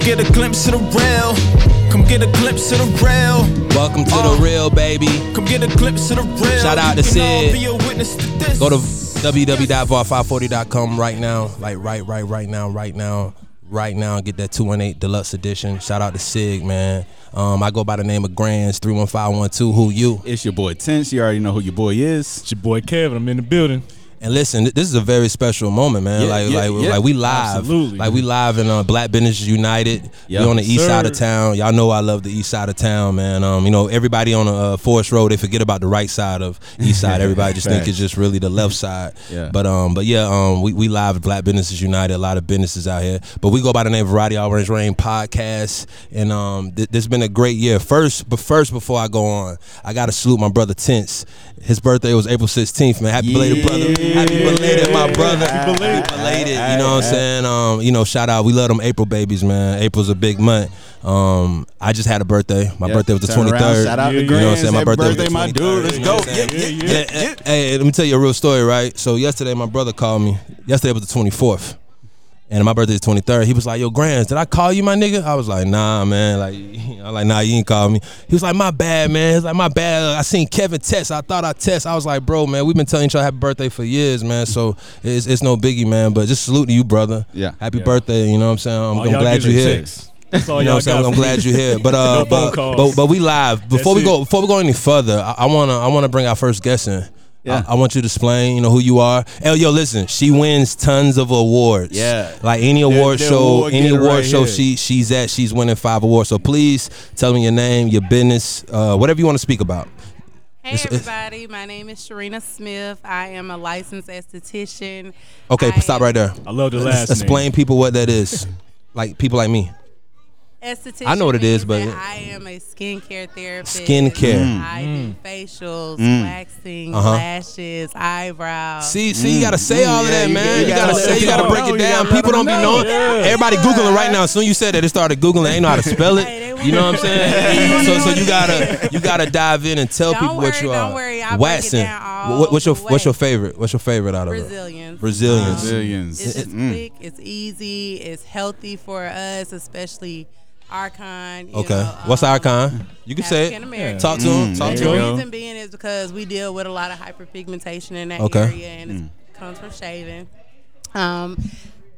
get a glimpse of the real. Come get a glimpse of the real. Uh, Welcome to the real, baby. Come get a glimpse of the real. Shout out to You can all Sid. be a witness to this. Go to www.var540.com right now. Like right, right, right now, right now, right now. Get that 218 deluxe edition. Shout out to Sig, man. Um, I go by the name of Grands 31512. Who you? It's your boy Tense. You already know who your boy is. It's your boy Kevin. I'm in the building. And listen, th- this is a very special moment, man. Yeah, like, yeah, like, yeah. like we live, Absolutely. like we live in uh, Black Businesses United. Yep. We on the east Sir. side of town. Y'all know I love the east side of town, man. Um, you know, everybody on the uh, Forest Road, they forget about the right side of east side. Everybody just think it's Facts. just really the left side. Mm-hmm. Yeah. But um, but yeah, um, we, we live at Black Businesses United. A lot of businesses out here, but we go by the name Variety Orange Rain Podcast. And um, th- this has been a great year. First, but first, before I go on, I gotta salute my brother Tense. His birthday was April 16th, man. Happy belated brother. Happy belated, my brother. Happy belated. Happy belated. You know what I'm saying? Um, you know, shout out. We love them April babies, man. April's a big month. Um, I just had a birthday. My Yeah. birthday was the Turn 23rd. around. Shout out Yeah, to yeah. Grands. You know what I'm saying? My Happy birthday, was birthday, my 23rd. dude. Let's You know go. what I'm saying? Yeah, yeah, Yeah, eh, Hey, let me tell you a real story, right? So yesterday, my brother called me. Yesterday was the 24th. And my birthday is 23rd. He was like, yo, Grams, did I call you, my nigga? I was like, nah, man. Like, I like, nah, you ain't call me. He was like, my bad, man. He's like, my bad. I seen Kevin test. I thought I test. I was like, bro, man, we've been telling each other happy birthday for years, man. So it's, it's no biggie, man. But just salute to you, brother. Yeah. Happy birthday. You know what I'm saying? I'm, All I'm y'all glad give you're it here. checks. That's all You know y'all what I'm saying? got I'm for me. glad you're here. But uh, No phone but, calls. but but we live. Before That's we go, it. before we go any further, I, I wanna I wanna bring our first guest in. Yeah. I, I want you to explain, you know, who you are. El, yo, listen, she wins tons of awards. Yeah. Like any award the show, award any getter award right show here. she she's at, she's winning five awards. So please tell me your name, your business, uh, whatever you want to speak about. Hey everybody, my name is Sharina Smith. I am a licensed esthetician. Okay, I stop am right there. I love the last name. Explain people what that is. like people like me. Esthetician. I know what it means is, but- that I am a skincare therapist. Skincare. I Mm. Mm. do facials, waxing, Uh-huh. lashes, eyebrows. See, see, you Mm. gotta say all of yeah, that, you gotta- man. Mm. You, you gotta, gotta say, let you gotta people break know. it You down. gotta let People don't them be know. knowing. Everybody googling right now. As soon as you said that, they started googling. They know how to spell Hey, it. they You know what I'm wanna- saying? they So, wanna so know you what it gotta, you gotta dive in and tell Don't people what worry, you are. don't worry. I'll break it Waxing. down all What- what's your the What's your way. favorite? What's your favorite out of it? Brazilians. Brazilians. Um, Brazilians. It's just Mm. quick. It's easy. It's healthy for us, especially our kind. you Okay. know, what's um, our kind? You can say it. African American. Talk to him. Talk And to the Mm, you him. go. reason being is because we deal with a lot of hyperpigmentation in that Okay. Mm. area, and it comes from shaving. Um,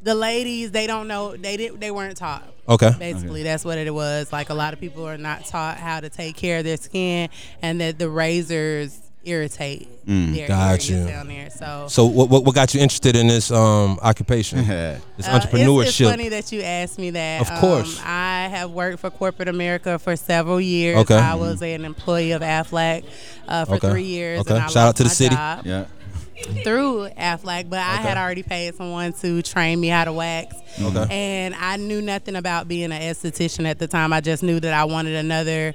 the ladies, they don't know. They didn't. They weren't taught. Okay. Basically, that's what it was. Like a lot of people are not taught how to take care of their skin, and that the razors irritate their Got areas you. down there. So. Mm. So what, what what got you interested in this um occupation? Yeah. This Uh, it's- entrepreneurship. It's, funny that you asked me that. Of course. Um, I have worked for corporate America for several years. Okay. I was an employee of Aflac uh, for Okay. three years. Okay. And I Shout lost out to the my city. job Yeah. Through Aflac, but I Okay. had already paid someone to train me how to wax. Okay. And I knew nothing about being an esthetician at the time. I just knew that I wanted another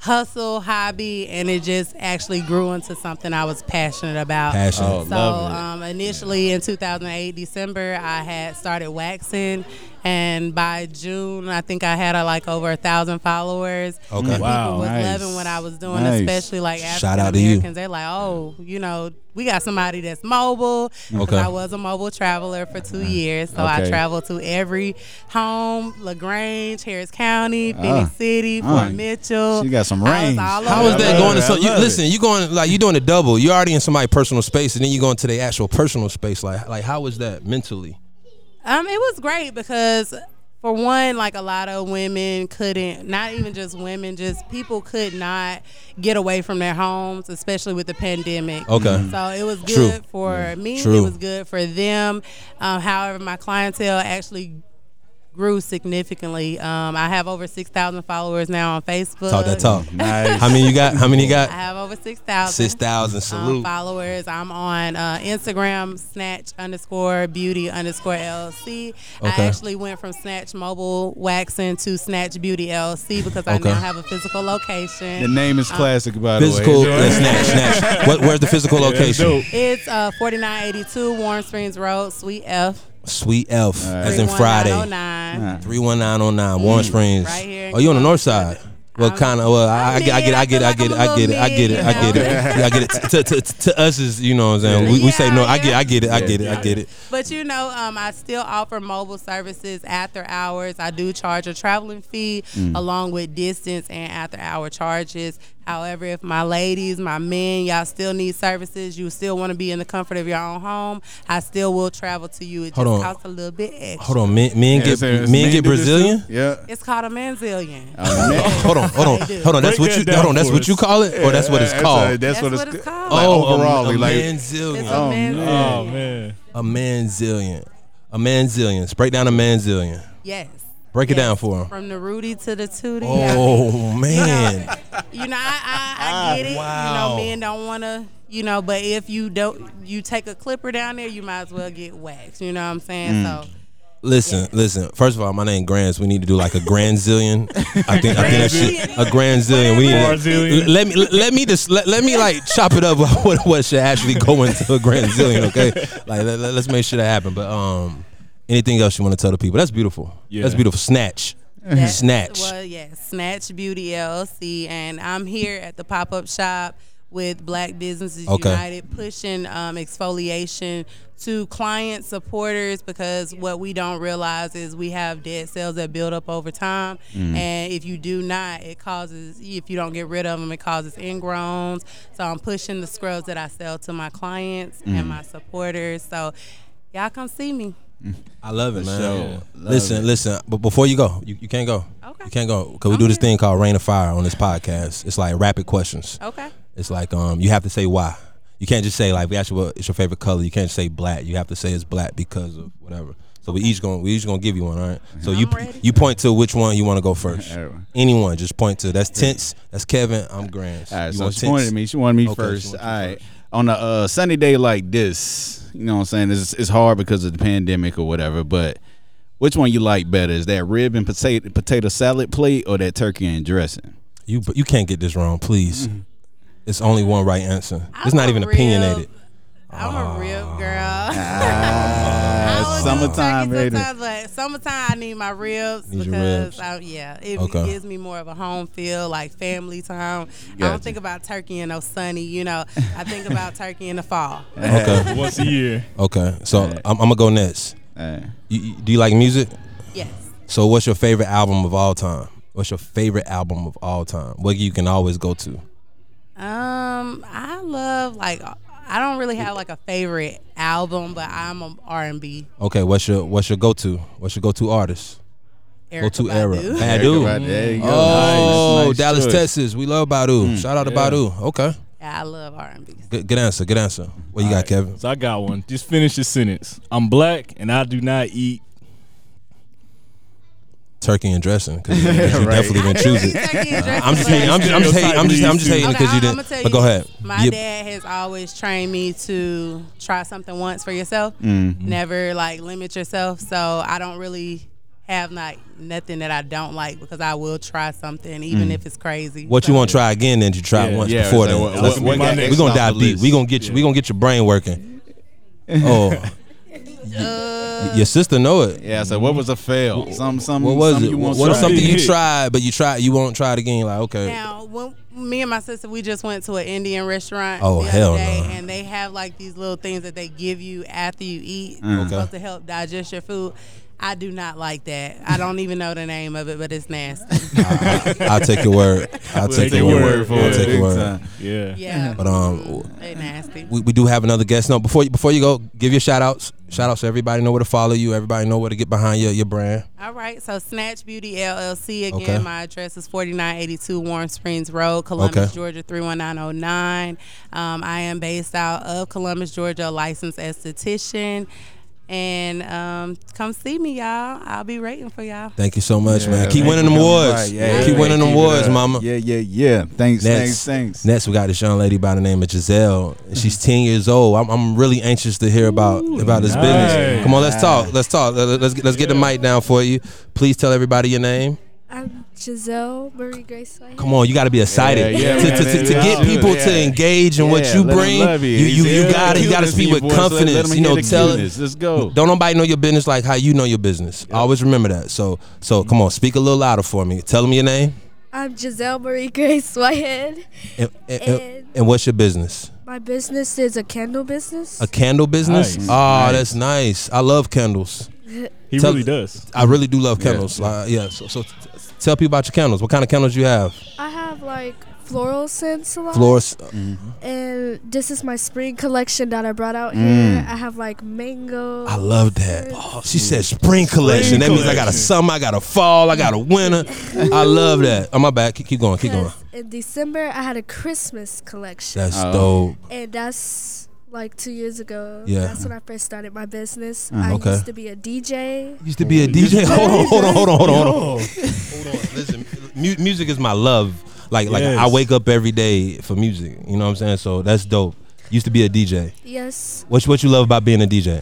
hustle hobby and it just actually grew into something I was passionate about. Passion. Oh, So love it. um, initially in 2008 December, I had started waxing, and by June, I think I had uh, like over a thousand followers. Okay. And Wow, people was nice. loving what I was doing, Nice. especially like Shout African out to you. Americans. They're like, oh, you know, we got somebody that's mobile. 'Cause Okay. I was a mobile traveler for two years, so I Mm. Okay. traveled to every home: Lagrange, Harris County, Ah. Phoenix City, Ah. Fort Mitchell. She got some I was range. all How over is the that I love going to it. so I you love it. listen, you going like you're doing a double. You're already in somebody's personal space and then you go into their actual personal space. Like like how is that mentally? Um, it was great because for one, like a lot of women couldn't, not even just women, just people could not get away from their homes, especially with the pandemic. Okay. So it was good True. for me. True. It was good for them. Um, however, my clientele actually grew significantly. Um, I have over 6,000 followers now on Facebook. Talk that talk. Nice. How many you got? How many you I got? have over 6,000 Six thousand. um, Salute. followers. I'm on uh, Instagram, snatch underscore beauty underscore LLC. Okay. I actually went from Snatch Mobile Waxing to Snatch Beauty LLC because I Okay. now have a physical location. The name is classic, by the way. physical It's- and snatch, snatch. What, where's the physical That's location? dope. it's uh, 4982 Warren Springs Road, Suite F. Sweet Elf, as in Friday. 31909. Nah. Three one nine oh nine, Warren Springs. Right here. Oh, you on the north side? Well, I'm- kind of. Well, I, I, I'm get, I get, I get, I get, mid. I get it, I get it, I I feel get it, I get it. To, to, to, to us is, you know, what I'm saying we, we say no. I get, I get it, I get it, I get it. But you know, um, I still offer mobile services after hours. I do charge a traveling fee Mm. along with distance and after hour charges. However, if my ladies, my men, y'all still need services, you still want to be in the comfort of your own home, I still will travel to you. It just Hold on. costs a little bit extra. Hold on, men, men Yeah, get, so it's men get do this too? Brazilian. Yeah. It's called a manzillion. I'm a man. Hold on, hold on, They do. hold on. That's Break what that you, down hold on. That's for what us. you call it, or Oh, that's what it's Yeah, called. That's what it's called. like Oh, overall, a, a like It's manzillion, a Oh, manzillion. Oh man. a manzillion, a manzillion. Break down a manzillion. Yes. Break it Yes. down for him. From the Rudy to the Tootie. Uh. Oh man, you know, I, I, I get it. Wow. You know, men don't want to, you know, but if you don't, you take a clipper down there, you might as well get waxed. You know what I'm saying? So, listen, listen. First of all, my name Grants. We need to do like a grandzillion. I think, I think that shit. A grandzillion. We need. To, Brazilian. let me let me just let, let me like chop it up about what what should actually go into a grand zillion okay like let, let, us make sure that happen but um anything else you want to tell the people that's beautiful Yeah. that's beautiful snatch That- snatch Well, yes, Snatch Beauty LLC, and I'm here at the pop up shop with Black Businesses Okay. United, pushing um, exfoliation to client supporters because what we don't realize is we have dead cells that build up over time, Mm. and if you do not, it causes if you don't get rid of them, it causes ingrowns. So I'm pushing the scrubs that I sell to my clients Mm. and my supporters. So y'all come see me. I love it, man. sure. Yeah. Love Listen, it. listen. But before you go, you, you can't go. Okay. You can't go because we I'm do this here. thing called Rain of Fire on this podcast. It's like rapid questions. Okay. It's like um, you have to say why. You can't just say like we asked you what it's your favorite color. You can't say black. You have to say it's black because of whatever. So we each going we each gonna give you one. All right. So you ready. you point to which one you want to go first. Everyone. Anyone, just point to that's tense. That's Kevin. I'm Grant. All right, you so want she wanted tense? me. She wanted me Okay, she first. wanted All you right. On a uh, sunny day like this, you know what I'm saying? It's, it's hard because of the pandemic or whatever, but which one you like better? Is that rib and potato potato salad plate or that turkey and dressing? You but you can't get this wrong, please. Mm-hmm. It's only one right answer. I'm It's not a even real- opinionated. I'm a real girl. Ah, summertime, turkey baby. sometimes, but summertime I need my ribs Need your because ribs. I, yeah, it Okay. gives me more of a home feel, like family time. I Gotcha. don't think about turkey in no sunny, you know. I think about turkey in the fall. Okay. Once a year. Okay. So I'm, I'm gonna go next. All right. You, you, do you like music? Yes, So what's your favorite album of all time? What's your favorite album of all time? What you can always go to? um, I love like I don't really have like a favorite album, but I'm a R&B. Okay, what's your what's your go to? What's your go to artist? Go Erica to era. Badu. Badu. Right, there you go. Oh, Nice, nice Dallas, choice. Mm. Texas. We love Badu. Shout out to Badu. Okay, Yeah, I love R&B. good, good answer. Good answer. What you got, Kevin? So I got one. Just finish your sentence. I'm black and I do not eat. Turkey and dressing. 'cause you definitely didn't choose it. Turkey and dressing I'm just hating. I'm just, I'm just hating. I'm just, I'm just hating Okay, because I'm, you gonna didn't. tell But go you, ahead. My Yeah, dad has always trained me to try something once for yourself. Never like limit yourself. So I don't really have like nothing that I don't like because I will try something even if it's crazy. What So- you want to try again? Then you tried Yeah. once Yeah, before it's then. like, what- Let's- what- what got we next gonna on the dive deep. list? We gonna get you. We gonna get your brain working. Oh, Y- your sister know it. Yeah, so what was a fail? Some, some, What was some it? You What want was something you hit? tried, but you tried, you won't try it again? Like, okay, Now, when me and my sister, we just went to an Indian restaurant. Oh, the hell other day, no. And they have like these little things that they give you after you Mm. eat, Okay. It's supposed to help digest your food. I do not like that. I don't even know the name of it, but it's nasty. I'll take your word. I'll take your word. for I'll it. take Big your word. time. Yeah. Yeah, But um, they nasty. we, we do have another guest. No, before you, before you go, give your shout outs. Shout outs so everybody know where to follow you. Everybody know where to get behind your your brand. All right, so Snatch Beauty LLC again. Okay. My address is 4982 Warren Springs Road, Columbus, Okay. Georgia 31909. Um, I am based out of Columbus, Georgia, a licensed esthetician. And um, come see me, y'all. I'll be waiting for y'all. Thank you so much, man. Yeah, Keep man. winning them Right, awards. yeah, Keep yeah, winning them keep it awards, up. mama. Yeah, yeah, yeah. Thanks, Next, thanks, thanks. Mm-hmm. next, we got this young lady by the name of Giselle. She's ten years old. I'm, I'm really anxious to hear about about this nice. business. Come on, let's talk. Let's talk. Let- let- Let's get, let's get the mic down for you. Please tell everybody your name. I'm Giselle Marie Grace. Come on, you got to be excited Yeah, yeah, to, to, man, to, to yeah. get people to Yeah. engage in what Yeah, you let 'em bring. love you you. you, He's you here. got to you got Cuteness to speak in your with voice. Let- let 'em confidence. hear you know, the tell cuteness. Let's go. Don't nobody know your business like how you know your business. Always remember that. So so come on, speak a little louder for me. Tell them your name. I'm Giselle Marie Grace Whitehead. And, and, and, And- and what's your business? My business is a candle business. A candle business? Nice. Oh, that's nice. I love candles. He Tell- really does. I really do love candles. Uh, yeah. So, so t- tell people about your candles. What kind of candles you have? I have like floral scents a lot. Florist. Mm-hmm. And this is my spring collection that I brought Mm. out here. I have like mango. I love that. Oh, she said spring collection. that means I got a collection. summer, I got a fall, I got a winter. I love that. On my back. Keep, keep going. Keep going. 'Cause In December, I had a Christmas collection. That's Oh. dope. and that's like two years ago. Yeah. That's when I first started my business. Uh, I okay. used to be a DJ. Used to be a DJ. Hold on, hold on, hold on, hold on, hold on. hold on. Listen, mu- music is my love. Like, like I Yes. wake up every day for music. You know what I'm saying? So that's dope. Used to be a DJ. Yes. What you- what you love about being a DJ?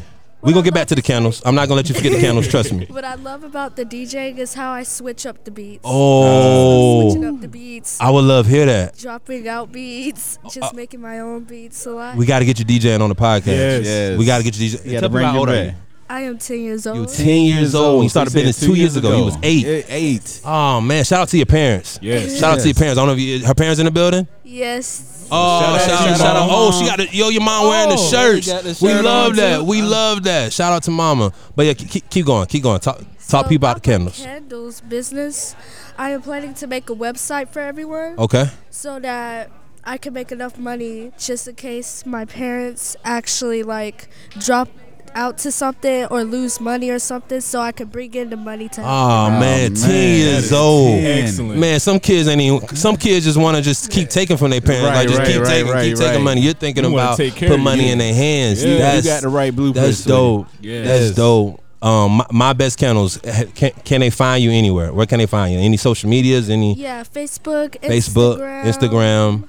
What We gonna I get back to the love- candles. I'm not gonna let you forget the candles. Trust me. What I love about the DJing is how I switch up the beats. Switching Oh, up the beats, I would love hear that. dropping out beats, just making my own beats a lot. We got to get you DJing on the podcast. Yes. Yes. We got to get you DJ. You got to Tell me bring how your old are back. you? I am 10 years old. Ten years old. You started said business two years ago. You was eight. Yeah, Eight. Oh man, shout out to your parents. Yes. Shout out to your Yes. parents. I don't know if you, her parents in the building. yes. Oh, Shout shout, out to out, your shout out. mom. Oh, she got it. Yo, your mom wearing the Oh, shirts. she got the we shirt love on, that. too. We love that. Shout out to mama. But yeah, keep, keep going. Keep going. Talk, talk So people about the my candles. Candles business. I am planning to make a website for everyone Okay. so that I can make enough money just in case my parents actually like drop out to something or lose money or something so I can bring in the money to help. Oh man, man, ten that years is old. ten. Excellent. Man, some kids ain't even. Some kids just want to just keep taking from their parents. Right, like just right, keep right, taking, right, keep taking right. money. You're thinking You wanna about take care put of money you. in their hands. Yeah, you that's, you got the right blueprint. That's sweetie. dope. That's Yes. dope. Um, my, my best candles. h- Can, can they find you anywhere? Where can they find you? Any social medias? Any Yeah, Facebook, Facebook, Instagram?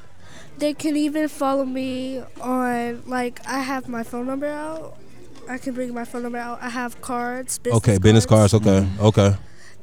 They can even follow me on like I have my phone number out. I can bring my phone number out. I have cards. Business okay, business cards. Okay, okay.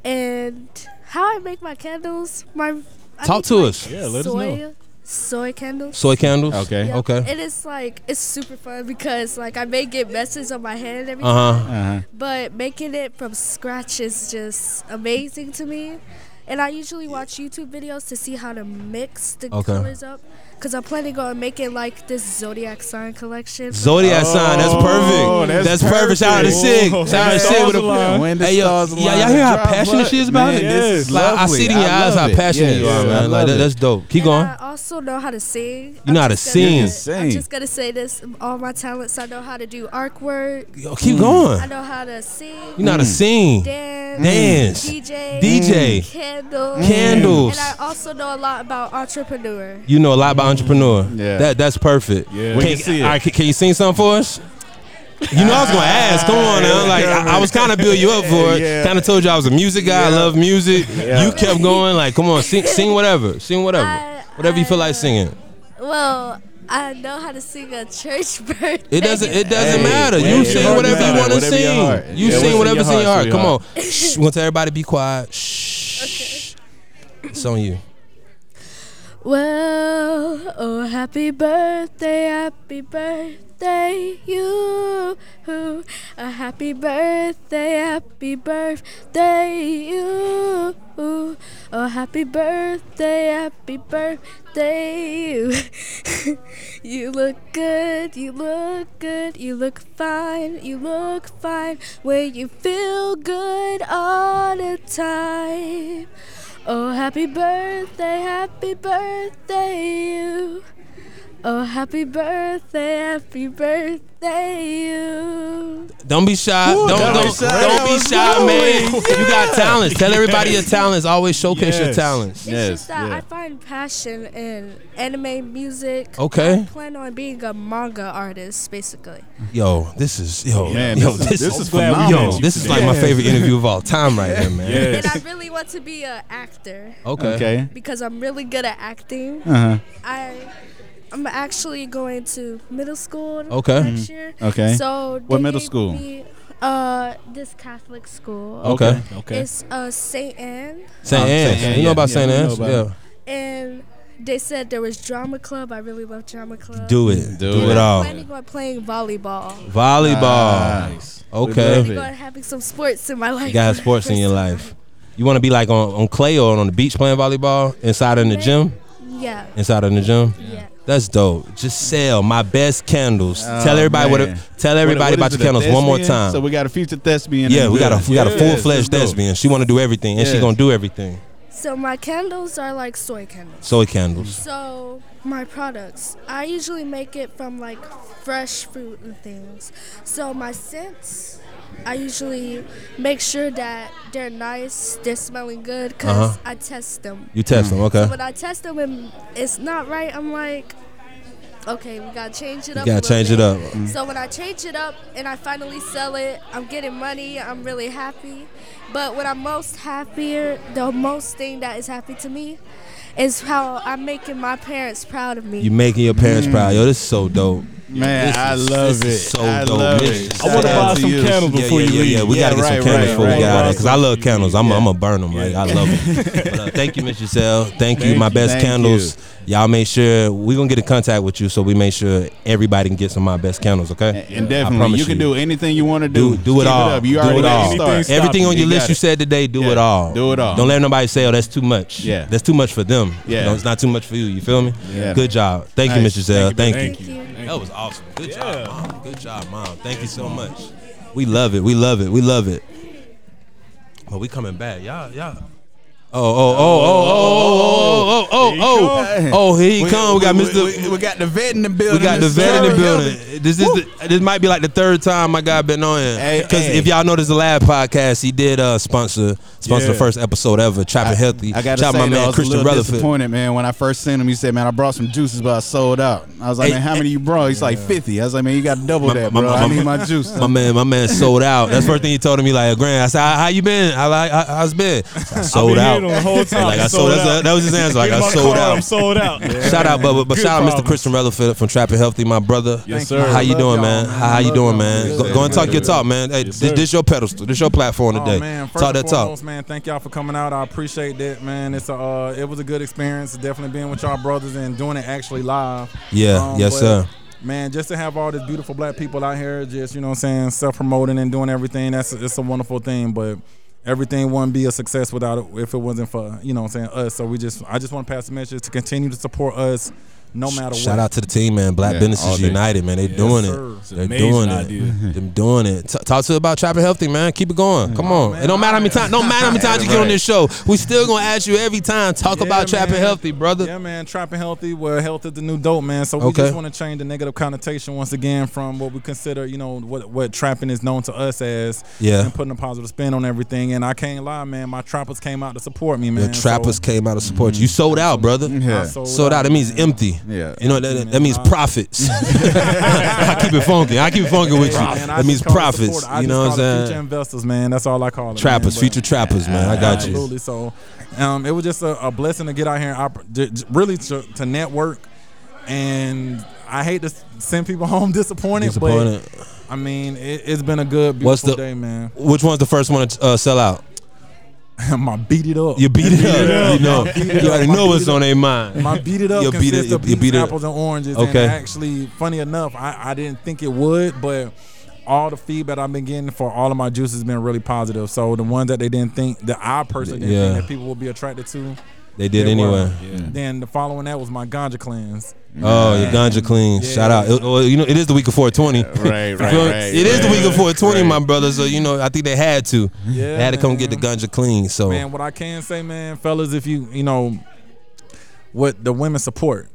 And how I make my candles, my I Talk make to my us. Yeah, let us soy, know. Soy candles. Soy candles. Okay. Yep. Okay. And it's like it's super fun because like I may get messes on my hand and everything, Uh huh. Uh-huh. but making it from scratch is just amazing to me. And I usually watch YouTube videos to see how to mix the Okay. colors up because I'm planning on making like this zodiac sign collection. Zodiac sign. That's Oh, perfect. That's, that's perfect. Shout out to Sig. perfect. Shout out to Yeah. Sig with a. Stars align. When the Hey yo, stars yeah, align, y'all hear how drop passionate blood. she is about Man, it? this is Like, I lovely. see it in your I love eyes how it. passionate Yes. you are, Yeah, I man. Like love that, it. that's dope. Keep And going. I also know how to sing. You know how to You sing. can I'm sing. just gonna say this: all my talents. I know how to do artwork. Yo, keep going. I know how to sing. You know how to sing. dance, Dance. DJ, DJ. candles, Candles. and I also know a lot about entrepreneur. You know a lot about entrepreneur. Yeah. That that's perfect. Yeah. Can, We can see it. all right, can, can you sing something for us? You know I was gonna ask. Come on now. Like I, I was kind of build you up for it. Yeah. Kind of told you I was a music guy. I love music. You kept going. Like come on, sing, sing whatever, sing whatever, I- whatever you feel I- like singing. Well, I know how to sing a church birthday. It doesn't. It doesn't Hey, matter. whatever you your sing heart whatever you matter, want to whatever your heart. sing. You Yeah, sing what's in whatever's in your your heart. heart, Come on. Shh. Once everybody be quiet. Shh. It's on you. Well, oh, happy birthday, happy birthday, you. A happy birthday, happy birthday, you. Oh, happy birthday, happy birthday, you. you look good, you look good, you look fine, you look fine when you feel good all the time. Oh, happy birthday, happy birthday, you. Oh, happy birthday, happy birthday, you. Don't be shy. don't that don't, was great. don't be That was shy, man. lovely. You got talents. Tell everybody your Yes. talents. Always showcase your Yes. talents. It's Yes, just that yeah. I find passion in anime music. Okay. I plan on being a manga artist, basically. Yo, this is yo, Man, yo, this is- this is yo, phenomenal. Yo, this is like my Yes. favorite interview of all time, right here, man. Yes. And I really want to be an actor Okay. Okay. because I'm really good at acting. Uh-huh. I. I'm actually going to middle school Okay. Mm-hmm. next year. Okay. So What they middle gave school? me, uh, this Catholic school. Okay. Okay. It's uh Saint Anne, Saint Um, Anne's. Saint Anne, you know yeah. about Yeah, Saint we know Anne's? about Yeah. and they said there was drama club. I really love drama club. Do it. Do, Do it it. all. Planning on playing volleyball. Volleyball. Nice. We Okay. love it. Planning on having some sports in my life. You got sports in your life. You want to be like on, on clay or on the beach playing volleyball inside in the gym? Yeah. Inside in the gym? Yeah. That's dope. Just sell my best candles. tell everybody what. Oh, man. Tell What- everybody what about is your it, a candles one more thespian? time. So we got a future thespian. yeah, in we the got a building. we got a Yes, full fledged let's go. lesbian. She want to do everything, and she Yes. gonna do everything. So my candles are like soy candles. Soy candles. So my products, I usually make it from like fresh fruit and things. So my scents, I usually make sure that they're nice, they're smelling good, because Uh-huh. I test them. You test Mm. them, okay? When I test them and it's not right, I'm like, okay, we gotta change it You up. gotta a little change it bit." up. So when I change it up and I finally sell it, I'm getting money. I'm really happy. But what I'm most happier, the most thing that is happy to me, is how I'm making my parents proud of me. You making your Mm. parents proud. Yo, this is so dope. Man, This I is- love this is it. so I dope. love This it. is- I want to Shout buy out some you. candles Yeah, before yeah, you yeah, leave. yeah. We Yeah, gotta get right, some candles right, before right, we get out of right. because I love candles. I'm Yeah. i I'm gonna burn them. Like I love them. But, uh, thank you, Miss Giselle. Thank you, Thank my you, best thank candles. Y'all make sure we gonna get in contact with you, so we make sure everybody can get some of my best candles. Okay. And I definitely, promise you can do anything you want to Do, do. do it Keep all. up. You do already it got all. the Anything start. stop Everything you. on your You list got you it. said today, do Yeah. it all. Do it all. Don't let nobody say, oh, that's too much. Yeah. That's too much for them. Yeah. You know, it's not too much for you. You feel me? Yeah. Good job. Thank you, Miss Nice. Giselle. Thank, you. Thank Thank you. you. Thank That you. was awesome. Good Yeah. job, mom. Good job, mom. Thank you so much. We love it. We love it. We love it. But we coming back. Y'all, y'all. Oh, oh, oh, oh, oh, oh, oh, oh, oh, oh, here he come. We got Mr. We got the vet in the building. We got the vet in sir. the building. This is the, this might be like the third time my guy been on here. Hey, Because hey. if y'all notice the lab podcast, he did uh sponsor sponsor the Yeah. first episode ever, Trapping Healthy. I gotta Shout say, out my though, I man was Christian a little Rutherford. disappointed, man. When I first sent him, he said, "Man, I brought some juices, but I sold out." I was like, Hey, "Man, how many you brought?" He's like, 50. I was like, "Man, you got to double My- that, my- bro. I my- need my juice." My man, my man sold out. That's the first thing he told me. Like, Grant, I said, how how you been? I like, how, how's it been? I said, I sold Been out. hitting on the whole time. Like I sold, sold that's out. that was his answer. Like Get in I my sold car, out. I'm sold out. Shout out, but but Good shout out Mr. problems. Christian Rutherford from Trapping Healthy, my brother. Yes, sir. How you Love doing, y'all, man? man. How, how you Love doing, y'all, man? man. Go, go and talk your talk, man. Hey, Yes, this, sir. this your pedestal. This your platform today. Oh man, first talk that and talk. foremost, man, thank y'all for coming out. I appreciate that, man. It's a, uh, it was a good experience, definitely being with y'all brothers and doing it actually live. Um, Yeah, yes, but, sir. Man, just to have all these beautiful black people out here, just you know, what I'm saying self promoting and doing everything. That's it's a wonderful thing, but. Everything wouldn't be a success without it if it wasn't for you know what I'm saying us. So we just I just want to pass the message to continue to support us, no matter Shout what. out to the team, man. Black Yeah, all Businesses day. United, man. They doing sir. it. They're amazing doing idea. it. Them doing it. T- talk to us about Trapping Healthy, man. Keep it going. Come on. Mm. Oh, man. It don't matter how many times. Don't matter how many times you get on this show. We still gonna ask you every time. Talk Yeah, about Trapping man. Healthy, brother. Yeah, man. Trapping healthy, where health is the new dope, man. So we Okay. just want to change the negative connotation once again from what we consider, you know, what what trapping is known to us as, Yeah. and putting a positive spin on everything. And I can't lie, man. My trappers came out to support me, man. Your trappers So- came out to support you. You sold out, brother. Mm-hmm. Yeah. sold Sold out. out, That means man. empty. Yeah. You know that, that- that means Man, I- profits. I keep it funky. I keep it funky with you. Man, That I just means call it profits. support. I You just know what call it I'm Future saying? investors, man. That's all I call it. Trappers, man. But- future trappers, man. I got you. Absolutely. So, um, it was just a, a blessing to get out here and oppor- j- j- really to, to network. And I hate to s- send people home disappointed, Disappointed. but I mean, it, it's been a good, beautiful What's the- day, man. Which one's the first one to uh, sell out? my beat it up. You beat it it up. up. You know. Beat it You already up. My know beat what's it up. on their mind. My beat it up You beat it- consists of you beat beats, it up. apples and oranges. Okay. And actually, funny enough, I, I didn't think it would, but all the feedback I've been getting for all of my juices has been really positive. So the ones that they didn't think that I personally didn't Yeah. think that people would be attracted to, They did They anyway. were. Then the following that was my ganja cleanse. Oh, your ganja clean. Yeah. Shout out. It- well, you know, it is the week of 420. Right, right, You feel me? right. It is the week of 420, right. my brother. So you know, I think they had to. Yeah, They had to come get the man. ganja clean. So Man, what I can say, man, fellas, if you you know what the women support.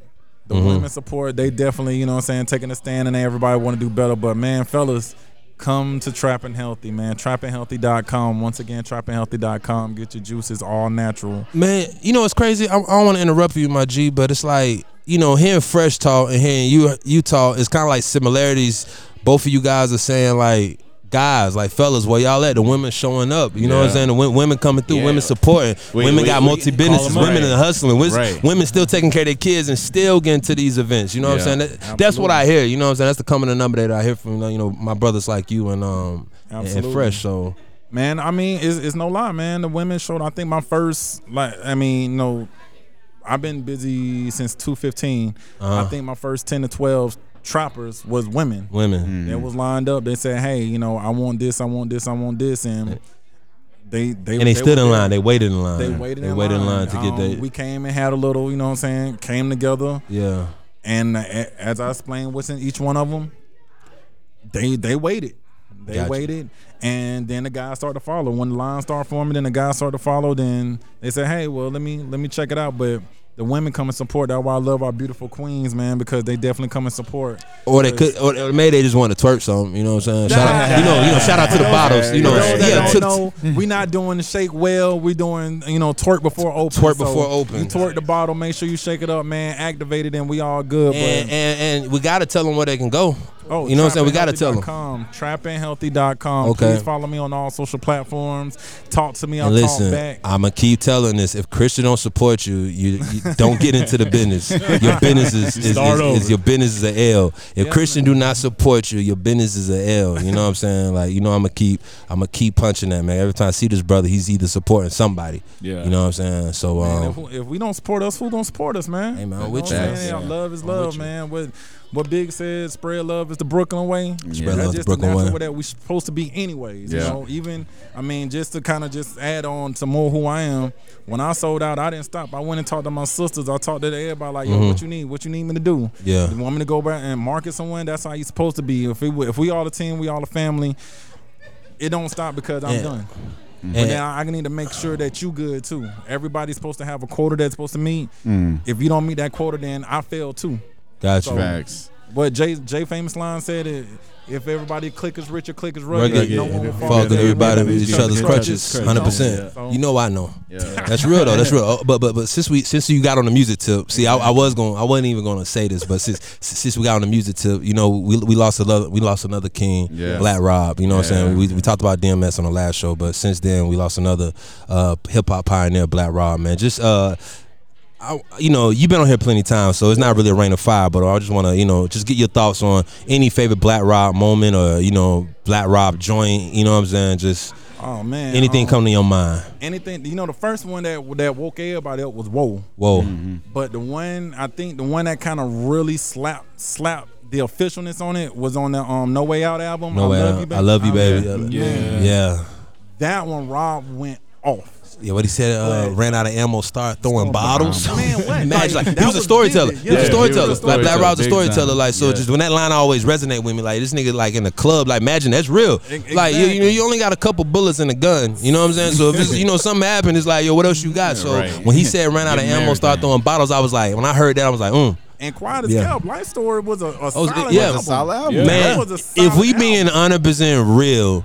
The women support, they definitely, you know what I'm saying, taking a stand and everybody wanna do better. But man, fellas, come to Trapping Healthy, man. Trappinghealthy.com. Once again, trappinghealthy.com. Get your juices all natural. Man, you know it's crazy. I, I don't want to interrupt you, my G, but it's like you know hearing Fresh talk and hearing you you talk. It's kind of like similarities. Both of you guys are saying like guys, like fellas, where y'all at? The women showing up. You know what I'm Yeah. saying? The wo- women coming through, Yeah. women supporting. We- women we- got we multi call businesses. 'em Women out. are hustling. Wis- Right. Women still taking care of their kids and still getting to these events. You know what Yeah. I'm saying? That- that's what I hear. You know what I'm saying? That's the coming of number that I hear from you know my brothers like you and um and- and Absolutely. Fresh. So Man, I mean, it's, it's no lie, man. The women showed I think my first like I mean, you know, I've been busy since two I Uh-huh. think my first ten to twelve trappers was women. women. that was lined up. They said, "Hey, you know, I want this, I want this, I want this," and they they And they stood were in there. line. They waited in line. They waited. in waited in line to get Um, that. We came and had a little, you know what I'm saying? Came together, yeah. and uh, a- as I explained what's in each one of them, they they waited. They Gotcha. waited, and then the guys started to follow. When the line started forming, then the guys started to follow. Then they said, "Hey, well, let me let me check it out." But the women come and support. That's why I love our beautiful queens, man, because they definitely come and support. Or they could, or or maybe they just want to twerk something. You know what I'm saying? Shout out, you know, you know, shout out to the bottles. You know, For those that yeah, don't to- know, we not doing the shake well. We doing you know twerk before open. Twerk before open. You twerk the bottle. Make sure you shake it up, man. Activate it, and we all good. and, but, and and we gotta tell them where they can go. oh, you know what I'm saying? We gotta tell them. them. Trappinghealthy.com. Okay. Please follow me on all social platforms. Talk to me. I'll And talk listen, back. I'ma keep telling this. If Christian don't support you, you, you don't get into the business. Your business is, is, is, Start is over. your business is a L. If Christian do not support you, your business is a L. You know what I'm saying? Like you know, I'ma keep I'ma keep punching that man. Every time I see this brother, he's either supporting somebody. Yeah. You know what I'm saying? So Man, um, if, we- if we don't support us, who gonna support us, man? Hey, man, I'm You know with what you, I'm man. saying? Yeah. Love is I'm love, with you. man. What what Big said, spread love is the Brooklyn way. Spread love That's the just Brooklyn the natural way. way that we supposed to be, anyways. You Yeah. know, even I mean, just to kind of just add on to more who I am. When I sold out, I didn't stop. I went and talked to my sisters. I talked to everybody like, yo, what you need? What you need me to do? Mm-hmm. Yeah. You want me to go back and market someone? That's how you supposed to be. If we if we all a team, we all a family. It don't stop because I'm Yeah. done. But Mm-hmm. and- then I I need to make sure that you good too. Everybody's supposed to have a quota that's supposed to meet. Mm. If you don't meet that quota, then I fail too. Gotcha. Facts. But Jay Jay Famous Line said it. If everybody click is rich or click is rugged, Rugged. no one will fall. Fucking into everybody everybody's with each other's crutches, crutches. hundred percent. Yeah. You know I know. Yeah. That's real though. That's real. Oh, But but but since we since you got on the music tip, see, I, I was going, I wasn't even going to say this, but since since we got on the music tip, you know, we we lost another we lost another king, Yeah. Black Rob. You know what Yeah. I'm saying? We, we talked about DMS on the last show, but since then we lost another uh, hip hop pioneer, Black Rob. Man, just uh. I, you know, you've been on here plenty of times, so it's not really a rain of fire. But I just want to, you know, just get your thoughts on any favorite Black Rob moment or you know Black Rob joint. You know what I'm saying? Just Oh man, anything um, come to your mind. anything. You know, the first one that that woke everybody up was whoa. Mm. Whoa, But the one I think the one that kind of really slapped slapped the officialness on it was on the um No Way Out album. no I way. love out. you, baby. Oh, I love you, baby. Yeah. yeah. That one, Rob went off. Yeah, what he said, uh, But- ran out of ammo, started throwing bottles. Man, what? Imagine, like, Like, he that was a was storyteller. vivid. He was a Yeah, storyteller. he was a like Black storyteller. Rob's a Big time. storyteller. Like so, Yeah. just when that line always resonate with me. Like this nigga, like in the club. Like imagine that's real. E- Like you, you, exactly. you only got a couple bullets in a gun. You know what I'm saying? So if it's, you know something happened, it's like yo, what else you got? So right. when he said ran out of Give him ammo, started everything. throwing bottles, I was like, when I heard that, I was like, mm. And Quiet as Yeah. Hell, Life Story was a, a solid yeah. album. A solid album. Yeah. Man, That was a if we solid being hundred percent real,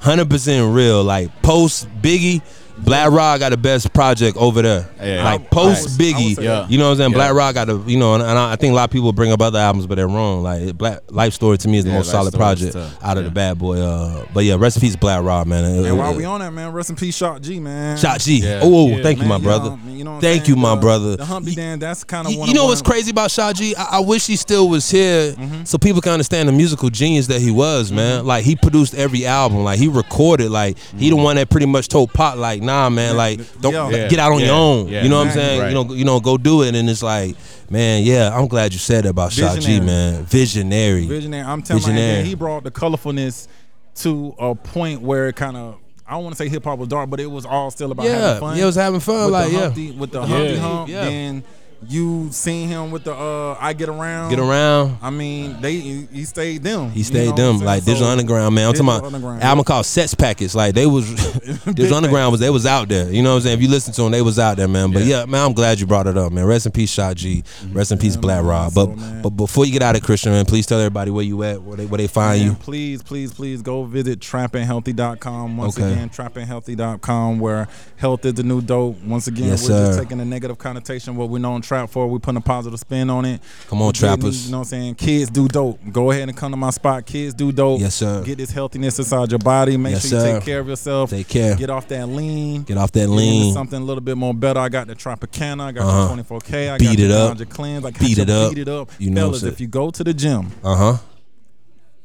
hundred percent real, like post Biggie, Black Rock got the best project over there. Yeah. Like I- I would- post Biggie, say that. you know what I'm saying? Yeah. Black Rock got the, you know, and, and I I think a lot of people bring up other albums, but they're wrong. Like it- Black Life Story to me is the Yeah, most Life solid Story is project tough. out of the Yeah. Bad Boy. Uh, but yeah, rest in peace, Black Rock, man. It- And it- while we on that, man, rest in peace, Shot G, man. Shot G. Yeah. Oh, Yeah, thank Man, you, my brother. y'all- you know what I'm thank saying? you, my The- brother. The Humpty Dan, that's kind of You, one. you of know one- what's crazy about Sha G? I, I wish he still was here Mm-hmm. so people can understand the musical genius that he was, man. Like he produced every album, like he recorded, like he the one that pretty much told Pop, like, nah, man, like don't Mm-hmm. Yeah. like, get out on Yeah. your own. Yeah. You know what I'm Exactly. saying? You know, you know, go do it. And it's like, man, yeah, I'm glad you said that about Sha G, Visionary. man. Visionary. Visionary. I'm telling you, Visionary. man, he brought the colorfulness to a point where it kind of. I don't want to say hip hop was dark, but it was all still about Yeah, having fun. yeah, it was having fun, With like, the yeah. Humpty, with the Humpty Yeah. Hump, Yeah. then you seen him with the uh, I get around. Get around. I mean, they he stayed them. He stayed them like Digital Underground, man. I'm talking Digital about Underground. album called Sets Packets. Like they was Digital Underground was they was out there. You know what I'm saying? If you listen to them, they was out there, man. But yeah, man, I'm glad you brought it up, man. Rest in peace, Shot G. Rest in peace, Black Rob. so, But Mm-hmm. man. but before you get out of Christian, man, please tell everybody where you at, where they where they find Man, you. Please, please, please go visit trappinghealthy.com. Once Okay. again, trappinghealthy.com, where health is the new dope. Once again, Yes, we're just sir. taking a negative connotation, what we're known trap for. We're putting a positive spin on it. Come on, We're getting, trappers. You know what I'm saying? Kids do dope. Go ahead and come to my spot. Kids do dope. Yes, sir. Get this healthiness inside your body. Make Yes, sure you sir. take care of yourself. Take care. Get off that lean. Get off that Get into lean. something a little bit more better. I got the Tropicana. I got Uh-huh. the 24K. I Beat got it the up. Ganja Cleanse. I got Beat your it up. Beat it up. You know what I'm Fellas, saying. if you go to the gym, Uh huh.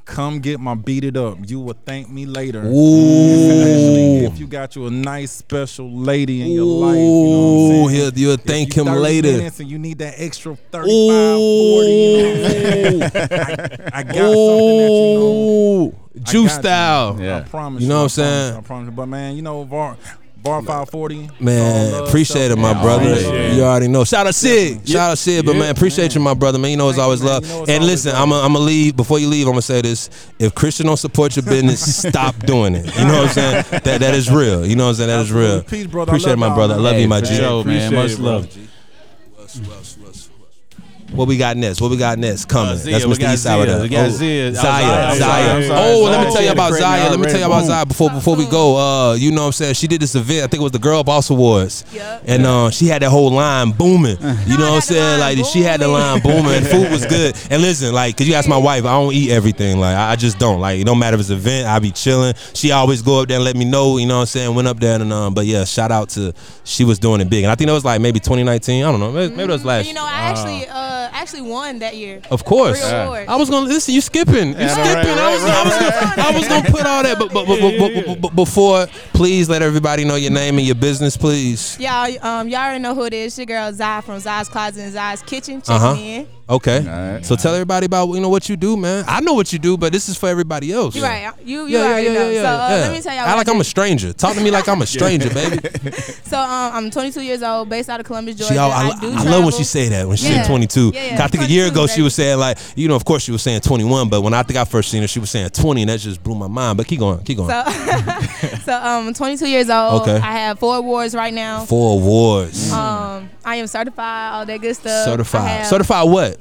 Come get my beat it up. You will thank me later. Ooh. If you got you a nice special lady in your life, you know what I'm Ooh, saying? he'll, you'll thank you him 30 later. minutes and you need that extra 35, 40, you know what I'm saying? I, I got something that you know. Ooh, juice got you. style. Yeah. I promise You know I what I'm promise, saying? I promise. But man, you know, Var, Var 540. Man, all love, appreciate it, stuff, my man. brother. Appreciate it. You already know. Shout out Sid. Shout out Sid. But man, appreciate you, my brother. Man, you know it's Thank you, always man. love. You know it's and always listen, love. I'm gonna I'm leave. Before you leave, I'm gonna say this: If Christian don't support your business, stop doing it. You know what I'm saying? That that is real. You know what I'm saying? That is real. Peace, brother. I Appreciate it, love my y'all, brother. I man. love you, my G. Show, man. appreciate Much it, bro. love. What we got next? What we got next coming? Uh, Zia, That's we Mr. got Eastside with Zia. us. We got Oh, Zia. Zaya, Oh, Zaya, Zaya. Zaya. Oh, let me Zaya. tell you about She had a Zaya. Let me pregnant tell you about already. Zaya before before we go. Uh, you know what I'm saying? She did this event. I think it was the Girl Boss Awards. Yup. And uh, she had that whole line booming. You No, know I what I'm got the saying? Like line she had the booming. line booming. and Food was good. And listen, like, cause you ask my wife, I don't eat everything. Like I I just don't. Like it don't matter if it's an event, I be chilling. She always go up there and let me know. You know what I'm saying? Went up there and um, but yeah, shout out to she was doing it big. And I think that was like maybe 2019. I don't know. Maybe, maybe that was last. You know, I actually uh actually won that year. Of course. Three awards. I was gonna listen. You skipping? You Yeah, skipping? right, I was, I was gonna, I was gonna put all that, but but, but, but, but, but- but before, please let everybody know your name and your business, please. Y'all, um, y'all already know who it is. Your girl Zai from Zai's Closet and Zai's Kitchen. Check Uh-huh. me in. Okay. right. So tell everybody about you know what you do, man. I know what you do, but this is for everybody else. You right. You you already know. so uh, let me tell y'all. I what like I I'm do. a stranger. Talk to me like I'm a stranger, baby. so um, I'm 22 years old, based out of Columbus, Georgia. She, all, I, I, do I love when she travel. say that when she Yeah. said 22. Yeah, yeah. 'Cause I think a year ago 22, she baby. was saying like, you know, of course she was saying 21, but when I think I first seen her, she was saying 20, and that just blew my mind. But keep going, keep going. So, so um, I'm 22 years old. Okay. I have four awards right now. Four awards. Um, I am certified, all that good stuff. I Certified. have, Certified what?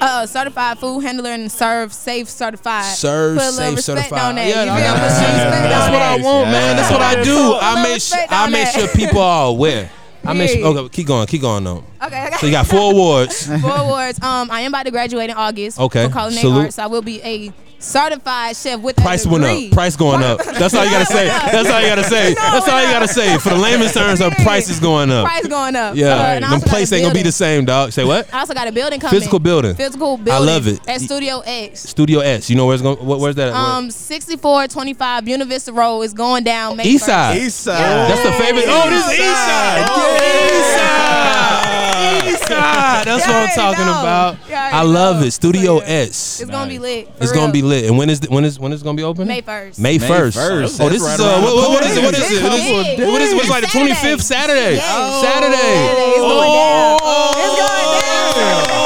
Uh, certified food handler and serve safe certified. Serve Put a little safe respect certified. On that. Yeah, you I- feel me? Put some I- respect That's on what I that. want, man. That's what I do. I Little make sure, respect I on make that. sure people are aware. I make sure. Yeah. Okay, keep going, keep going though. Okay, okay. So you got four awards. four awards. Um, I am about to graduate in August. Okay. For culinary Salute. arts, I will be a certified chef with a Price went degree. up. Price going up. That's all you gotta say. That's all you gotta say. That's all you gotta say. For the layman's terms, her price is going up. Price going up. Uh, Yeah, and I them also got a place ain't gonna be building. the same, dog. Say what? I also got a building coming. Physical building. Physical building. love it. At Studio X. Studio S. You know where it's going? to Where's that? at? Where- Um, 6425 Buena Vista Road is going down. May East Side. East side. That's the favorite. Oh, this is East Side. Eastside. Oh, East Side. East Side. That's what I'm Yeah, talking no. about. Yeah, I love no. it. Studio So, yeah. S. It's gonna be lit. for It's gonna real. be lit. And when is the, when is when is it gonna be open? May 1st. May May first. 1st. Oh, That's this is right uh, around what, the what- what is it? What is corner. it? What is it? Yeah. What is it? It's like the Saturday. 25th Saturday. Yes. Saturday. Saturday. It's going down. Oh. It's going down. Yes, sir. Oh.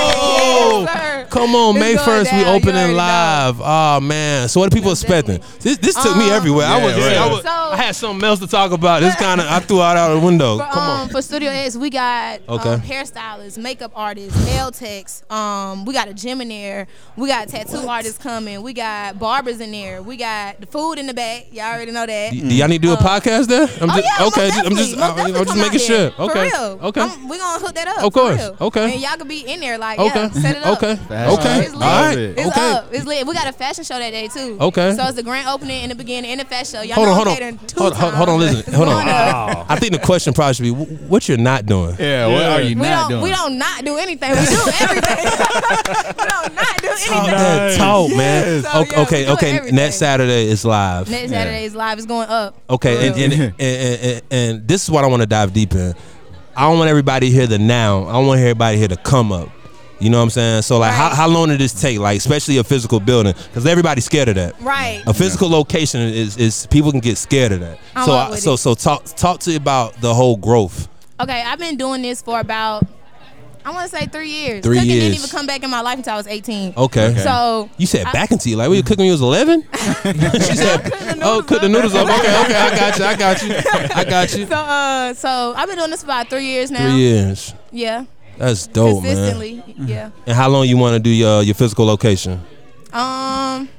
Come on, It's May going first we down. You opening already know. live. Oh man, so what are people expecting? This, this took me Um, everywhere. I was, yeah, I right. was, So- I had something else to talk about. This kind of, I threw out out the window. For, Oh, Come um, on. for Studio X, we got um, Okay. hairstylists, makeup artists, nail techs. Um, we got a gym in there. We got tattoo artists coming. We got barbers in there. We got the food in the back. Y'all already know that. Do y'all need to do a podcast there? I'm um, Oh, just, yeah, okay, most I'm just, I'm definitely. Most definitely just come out making there. sure. Okay, For real. okay. I'm- we gonna hook that up. Of for course. real. Okay. And y'all could be in there, like, Okay. yeah, set it up. Okay. Fashion. Okay. It's lit. All right. It's okay. up. It's lit. We got a fashion show that day too. Okay. So it's the grand opening in the beginning and the fashion show. Y'all Hold know on, I'm hold on. catering two Hold, hold, hold on, times. listen. Hold on. Going up. I think the question probably should be wh- what you're not doing. Yeah, what are you We not don't. doing? We don't not do anything. We do everything. we don't not do Talk anything. that talk, man. okay, So, yeah, we okay, doing okay. everything. Next Saturday is live. Next Saturday is live. It's going up. Okay, and For and, real. and, and, and and this is what I want to dive deep in. I don't want everybody to hear the now. I want everybody here to come up. You know what I'm saying? So like, how, Right. how long did this take? Like, especially a physical building, because everybody's scared of that. right. A physical location is is people can get scared of that. I'm so up I- with so it. so talk talk to you about the whole growth. Okay, I've been doing this for about I want to say three years. Three Cooking didn't years. even come back in my life until I was 18. Okay. So You said I- back into you. Like, were you cooking when you was 11? she said, oh, cook the noodles up. Okay, okay, I got you. I got you. I got you. So uh, so I've been doing this for about three years now. Three years. Yeah. That's dope, man. Consistently. Yeah. And how long you want to do your your physical location? Um.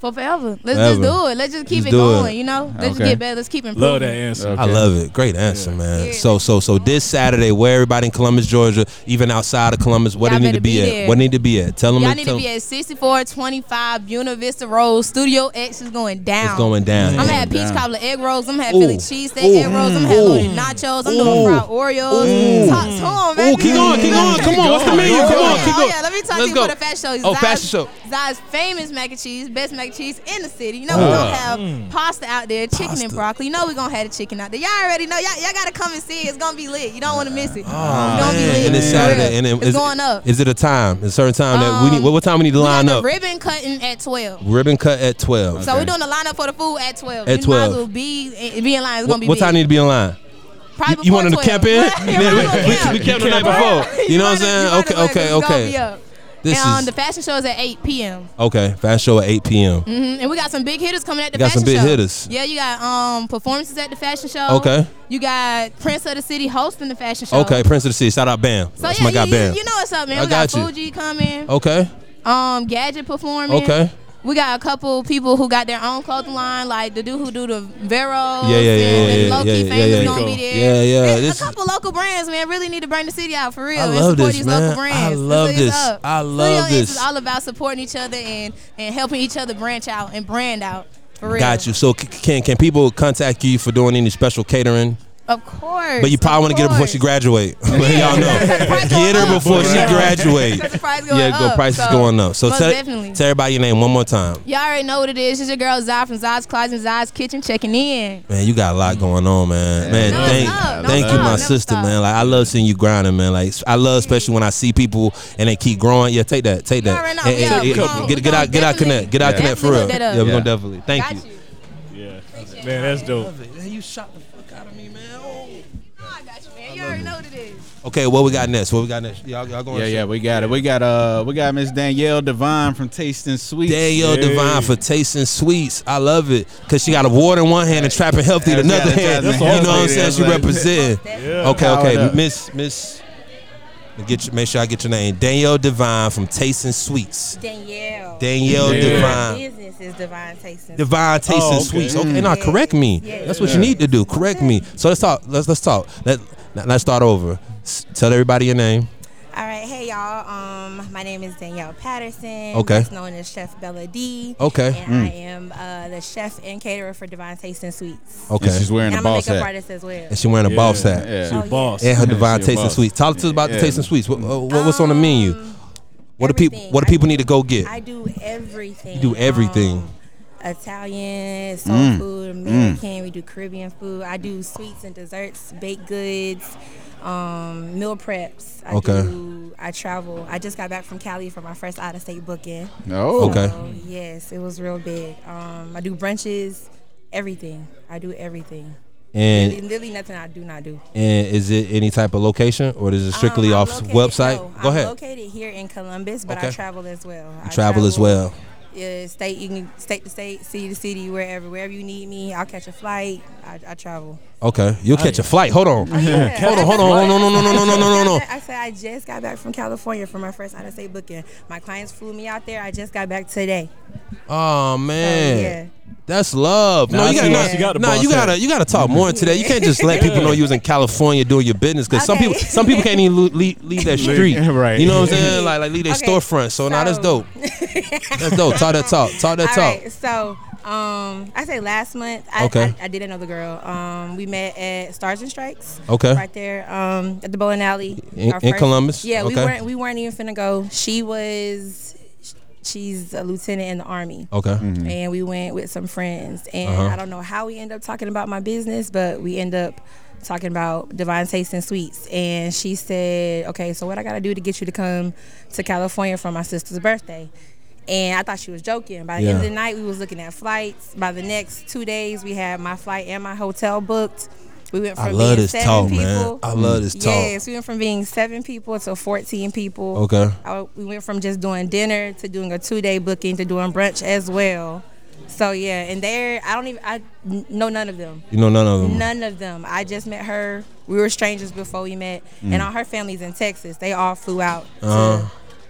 for forever. Let's Forever. just do it. Let's just keep Let's do it going. it. You know, let's just Okay. get better. Let's keep improving. Love that answer. I love it. Great answer, man. So so so this Saturday, where everybody in Columbus, Georgia, even outside of Columbus, where Y'all they need to better be, be at, there. what they need to be at. Tell them Y'all need to be at 6425 Buena Vista Road. Studio X is going down. it's going down. I'm gonna have peach down. cobbler egg rolls. I'm gonna have Ooh. Philly cheesesteak Ooh. egg rolls. I'm gonna have Ooh. loaded nachos. I'm doing fried Oreos. Ooh. Talk to him, Ooh, baby. keep going, keep going. Come on, what's the menu? Oh, Come on, yeah. keep Oh, going. yeah, let me talk Let's to you go. for the fast show. Oh, Zai's- fashion show. Zai's famous mac and cheese, best mac and cheese in the city. You know we Ah. gonna have Mm. pasta out there, chicken and broccoli. You know we gonna have the chicken out there. Y'all already know. Y'all, y'all gotta come and see. it. It's gonna be lit. You don't want to miss it. Ah. it's gonna be lit. And it's For real. Saturday, and it- it's is, going up. Is it a time? A certain time that we need? Um, What, what time we need to We got line the up? ribbon cutting at twelve. Ribbon cut at twelve. So Okay. we're doing the lineup for the food at twelve. At you might 12. as well be be in line. It's What, gonna be what time big. need to be in line? Probably You, you wanted to before camp in? 12. Yeah, we, right, yeah. we, we camped the night camped before. You know what I'm might saying? as- might as Okay, well, 'cause okay, it's gonna be okay. up. This and um, is the fashion show is at 8 p.m. okay. Fast show at 8 p.m. hmm And we got some big hitters coming at the You got some fashion big show. hitters. Yeah, you got um performances at the fashion show. Okay. You got Prince of the City hosting the fashion show. Okay, Prince of the City. Shout out Bam. So That's yeah, my guy you, Bam. you, you know what's up, man. I we got, got you. Fuji coming. Okay. Um, Gadget performing. Okay. We got a couple people who got their own clothing line, like the dude who do the Vero. Yeah, yeah, yeah, yeah, yeah, Low yeah, key yeah, fame yeah. is gonna be there. Yeah, yeah, There's this- a couple local brands, man, really need to bring the city out for real. I and love support this, these man. local brands. I Let's love hook it this. up. I love Studio this. X is all about supporting each other and and helping each other branch out and brand out for real. Got you. So c- can can people contact you for doing any special catering? Of course. But you probably want to get it before she graduate. Let y'all know. Get her before she graduate. Because the price going Yeah, go up, price is so- going up. So most tell, definitely. tell everybody your name one more time. Y'all already know what it is. It's your girl Zai from Zai's Closet, Zai's Kitchen, checking in. Man, you got a Mm. lot going on, man. Man, Don't thank, stop. Don't thank you, stop. my Never sister, stop. Mm. man. Like I love seeing you grinding, man. Like I love, especially when I see people and they keep growing. Yeah, take that, take that. already know. And- and- Yeah, and- we gonna- get we get gonna out, get out, definitely- connect, get out, yeah. connect for Definitely real. hook that Yeah, up. we're Yeah. gonna definitely. Thank Got you. you. Yeah. Man, that's dope. you shot the fuck out of me, man. Oh. I got you, man. You already know what it is. Okay, what we got next? What we got next? Y'all, y'all going? Yeah, yeah, we got it. We got uh, we got Miss Danielle Divine from Tasting Sweet. Danielle Divine for tasting sweets. I love it because she got a water in one hand and trapping healthy in Yeah, another yeah, hand. You that's know what what I'm I'm saying? saying. She Like- representing. Okay, Powered okay, up. Miss Miss. Get you, make sure I get your name. Danielle Divine from Tasting Sweets. Danielle. Danielle Yeah. My Divine. business is divine tasting. Divine Tasting okay. Sweets. Okay, now correct me. That's what you need to do. Correct me. So let's talk. Let's let's talk. Let now let's start over. S- tell everybody your name. All right, hey y'all. Um, my name is Danielle Patterson. Okay. best known as Chef Bella D. Okay. Mm. And I am uh, the chef and caterer for Divine Tasting Sweets. Okay. And she's wearing and a I'm a boss makeup hat. artist as well. And she wearing a boss Yeah, hat. yeah. Oh, yeah. Boss. And her divine she a tasting boss. sweets. Tell us about the Yeah. tasting sweets. What, what, what's on the menu? What do people everything. What do people need to go get? I do everything. You do everything. Um, Italian, soul Mm. food, American. We do Caribbean food. I do sweets and desserts, baked goods, um, meal preps. I Okay. Do, I travel. I just got back from Cali for my first out of state booking. Oh, Okay. So, yes, it was real big. Um, I do brunches, everything. I do everything. And Literally nothing I do not do. and is it any type of location or is it strictly Um, I'm off located- website? no, Go I'm ahead. located here in Columbus, but I Okay. travel as well. I Travel as well. yeah, state you can state to state, city to city, wherever wherever you need me, I'll catch a flight. I, I travel. Oh, Okay. You'll catch a flight. Hold on. Hold on. Hold on. Hold on. No. No. No. No. No. No. No. No. I said I just got back from California for my first out of state booking. My clients flew me out there. I just got back today. Oh yeah. man. That's love. Nah, no, you she gotta, got- she got the nah, boss you gotta, hat. you gotta talk more today. You can't just let people know you was in California doing your business because some Okay. people, some people can't even leave, leave that street. right. You know what I'm saying? Like, like leave their Okay, storefront. So, now that's so- dope. That's dope. Talk that talk. Talk that All talk. right, so um, I say last month I, Okay. I, I did another girl. Um, we met at Stars and Strikes. Okay. Right there um, at the Bowling Alley In- Our in Columbus? Yeah, we Okay. weren't we weren't even finna go. She was sh- she's a lieutenant in the army. Okay. Uh-huh. And we went with some friends, and I don't know how we end up talking about my business, but we end up talking about Divine Taste and Sweets. And she said, "Okay, so what I gotta do to get you to come to California for my sister's birthday?" And I thought she was joking. By the end of Yeah. the night, we was looking at flights. By the next two days, we had my flight and my hotel booked. We went from I love being this seven talk, people. man. I love this talk. Yes, we went from being seven people to 14 people. Okay. I, we went from just doing dinner to doing a two day booking to doing brunch as well. So yeah, and there I don't even I n- know none of them. You know none of them. None of them. I just met Mm. Uh. her. We were strangers before we met, and all her family's in Texas. They all flew out to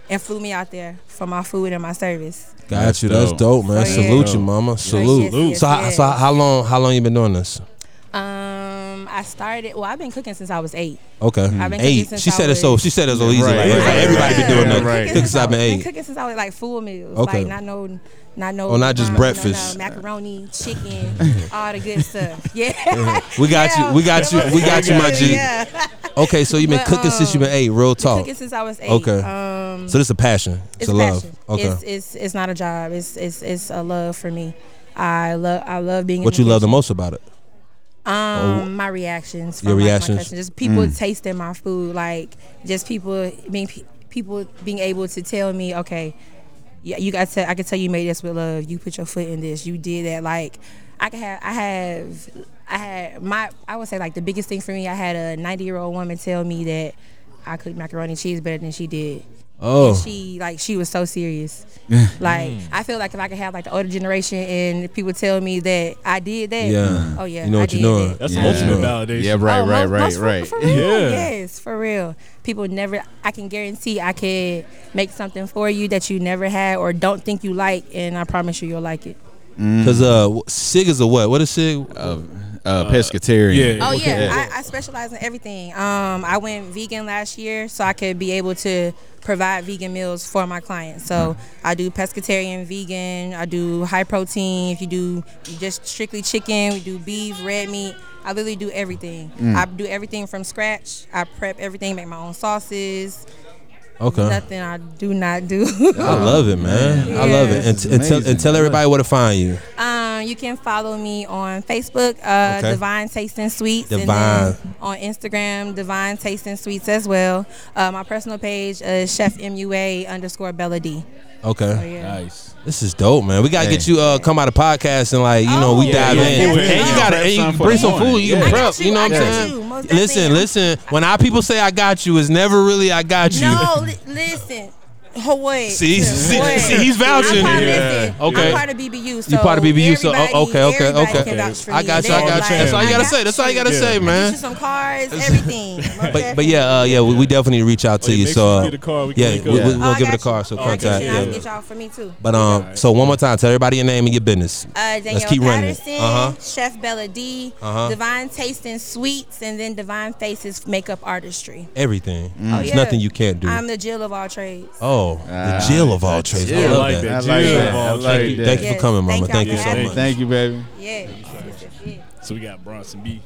and flew me out there for my food and my service. Got That's you. That's dope. dope, man. Oh, yeah. Salute Dope. you, mama. Salute. yes, yes, so, how, so yes. how long? How long you been doing this? Um, I started. Well, I've been cooking since I was eight. Okay. I've been Eight. cooking since She said I it so. was- She said it so easy. Mm-hmm. Right, Like, right, everybody right, been doing yeah, that. right. Cooking Cooking since since I've been I- eight. Cooking since I was like full meals. Okay. Like not no, not no. Oh, not just um, breakfast. No, no, macaroni, chicken, all the good stuff. Yeah. We got Yeah, you. We got it you. was We got you, my good, G. Yeah. Okay, so you've been But, um, cooking since you've been eight. Real talk. Cooking since I was eight. Okay. Um, So this is a passion. It's, it's a a love. passion. Okay. It's, it's it's not a job. It's it's it's a love for me. I love I love being. what in you love the kitchen. most about it? Um, my reactions. From Oh, Your like, my reactions? Mm. customers. just people tasting my food. Like just people being pe- people being able to tell me, okay, yeah, you got to. I can tell you made this with love. You put your foot in this. You did that. Like I can have. I have. I had my. I would say like the biggest thing for me. I had a 90 year old woman tell me that I cooked macaroni and cheese better than she did. Oh, Mm. she like she was so serious. like I feel like if I could have like the older generation and people tell me that I did that, Yeah. oh yeah, You know I what you're did doing. that. That's Yeah. the ultimate validation. Yeah, right, Oh, right, most- right, most for- right. For, real, Yeah. yes, for real. People never. I can guarantee I could make something for you that you never had or don't think you like, and I promise you you'll like it. because uh, w- sig is a what? What is sig? Uh, uh, pescatarian. yeah. Oh Okay. yeah, I, I specialize in everything. Um, I went vegan last year, so I could be able to provide vegan meals for my clients. So I do pescatarian, vegan. I do high protein. If you do just strictly chicken, we do beef, red meat. I literally do everything. Mm. I do everything from scratch. I prep everything, make my own sauces. Okay. Nothing I do not do. I love it, man. I love it. This And, is and tell, amazing. and tell everybody where to find you. um, you can follow me on Facebook, uh, Okay. Divine Taste and Sweets, Divine. and then on Instagram, Divine Taste and Sweets as well. Uh, my personal page is Chef MUA underscore Bella D. Okay. Yeah. Nice. This is dope, man. We gotta get you uh come out of podcast and like you know we Oh, dive yeah, in. yeah, and you yeah. gotta Prep and you something for bring the some morning. food. You Yeah. can I prep. got You, you, know what I'm I got saying? you, most Listen, definitely. listen. When our people say I got you, it's never really I got you. No, li- listen. Hawaii. See, see, see, he's vouching. I'm part, Yeah. listen, Okay. I'm part of BBU. So You part of BBU, so everybody- oh, okay, okay, everybody okay. Can vouch for I me. got you. They're I got you. That's all you like, gotta I say. That's all you gotta Yeah. say, I get man. you some uh, cards, everything. most But but definitely. yeah, uh, yeah, we, we definitely need to reach out to Oh, yeah, you. make So sure you uh, get a car. We can yeah, link we, up. we, Oh, will I give it a got car. you. So Oh, I got contact. you, and I can Yeah. get y'all for me too. But um, so one more time, tell everybody your name and your business. Uh, Danielle keep running it. Patterson, Uh-huh. Chef Bella D, Uh-huh. Divine Taste and Sweets, and then Divine Faces Makeup Artistry. Oh, Everything. Mm. There's yeah. nothing you can't do. I'm the Jill of all trades. oh, the Ah, Jill of all trades. I I Jill. love like that. I that. like Jill. that. I like Thank you. that. Thank you for Yes. coming, mama. Thank Thank, y'all you for so having much. Thank you, baby. Yeah. yeah. So we got Bronson B.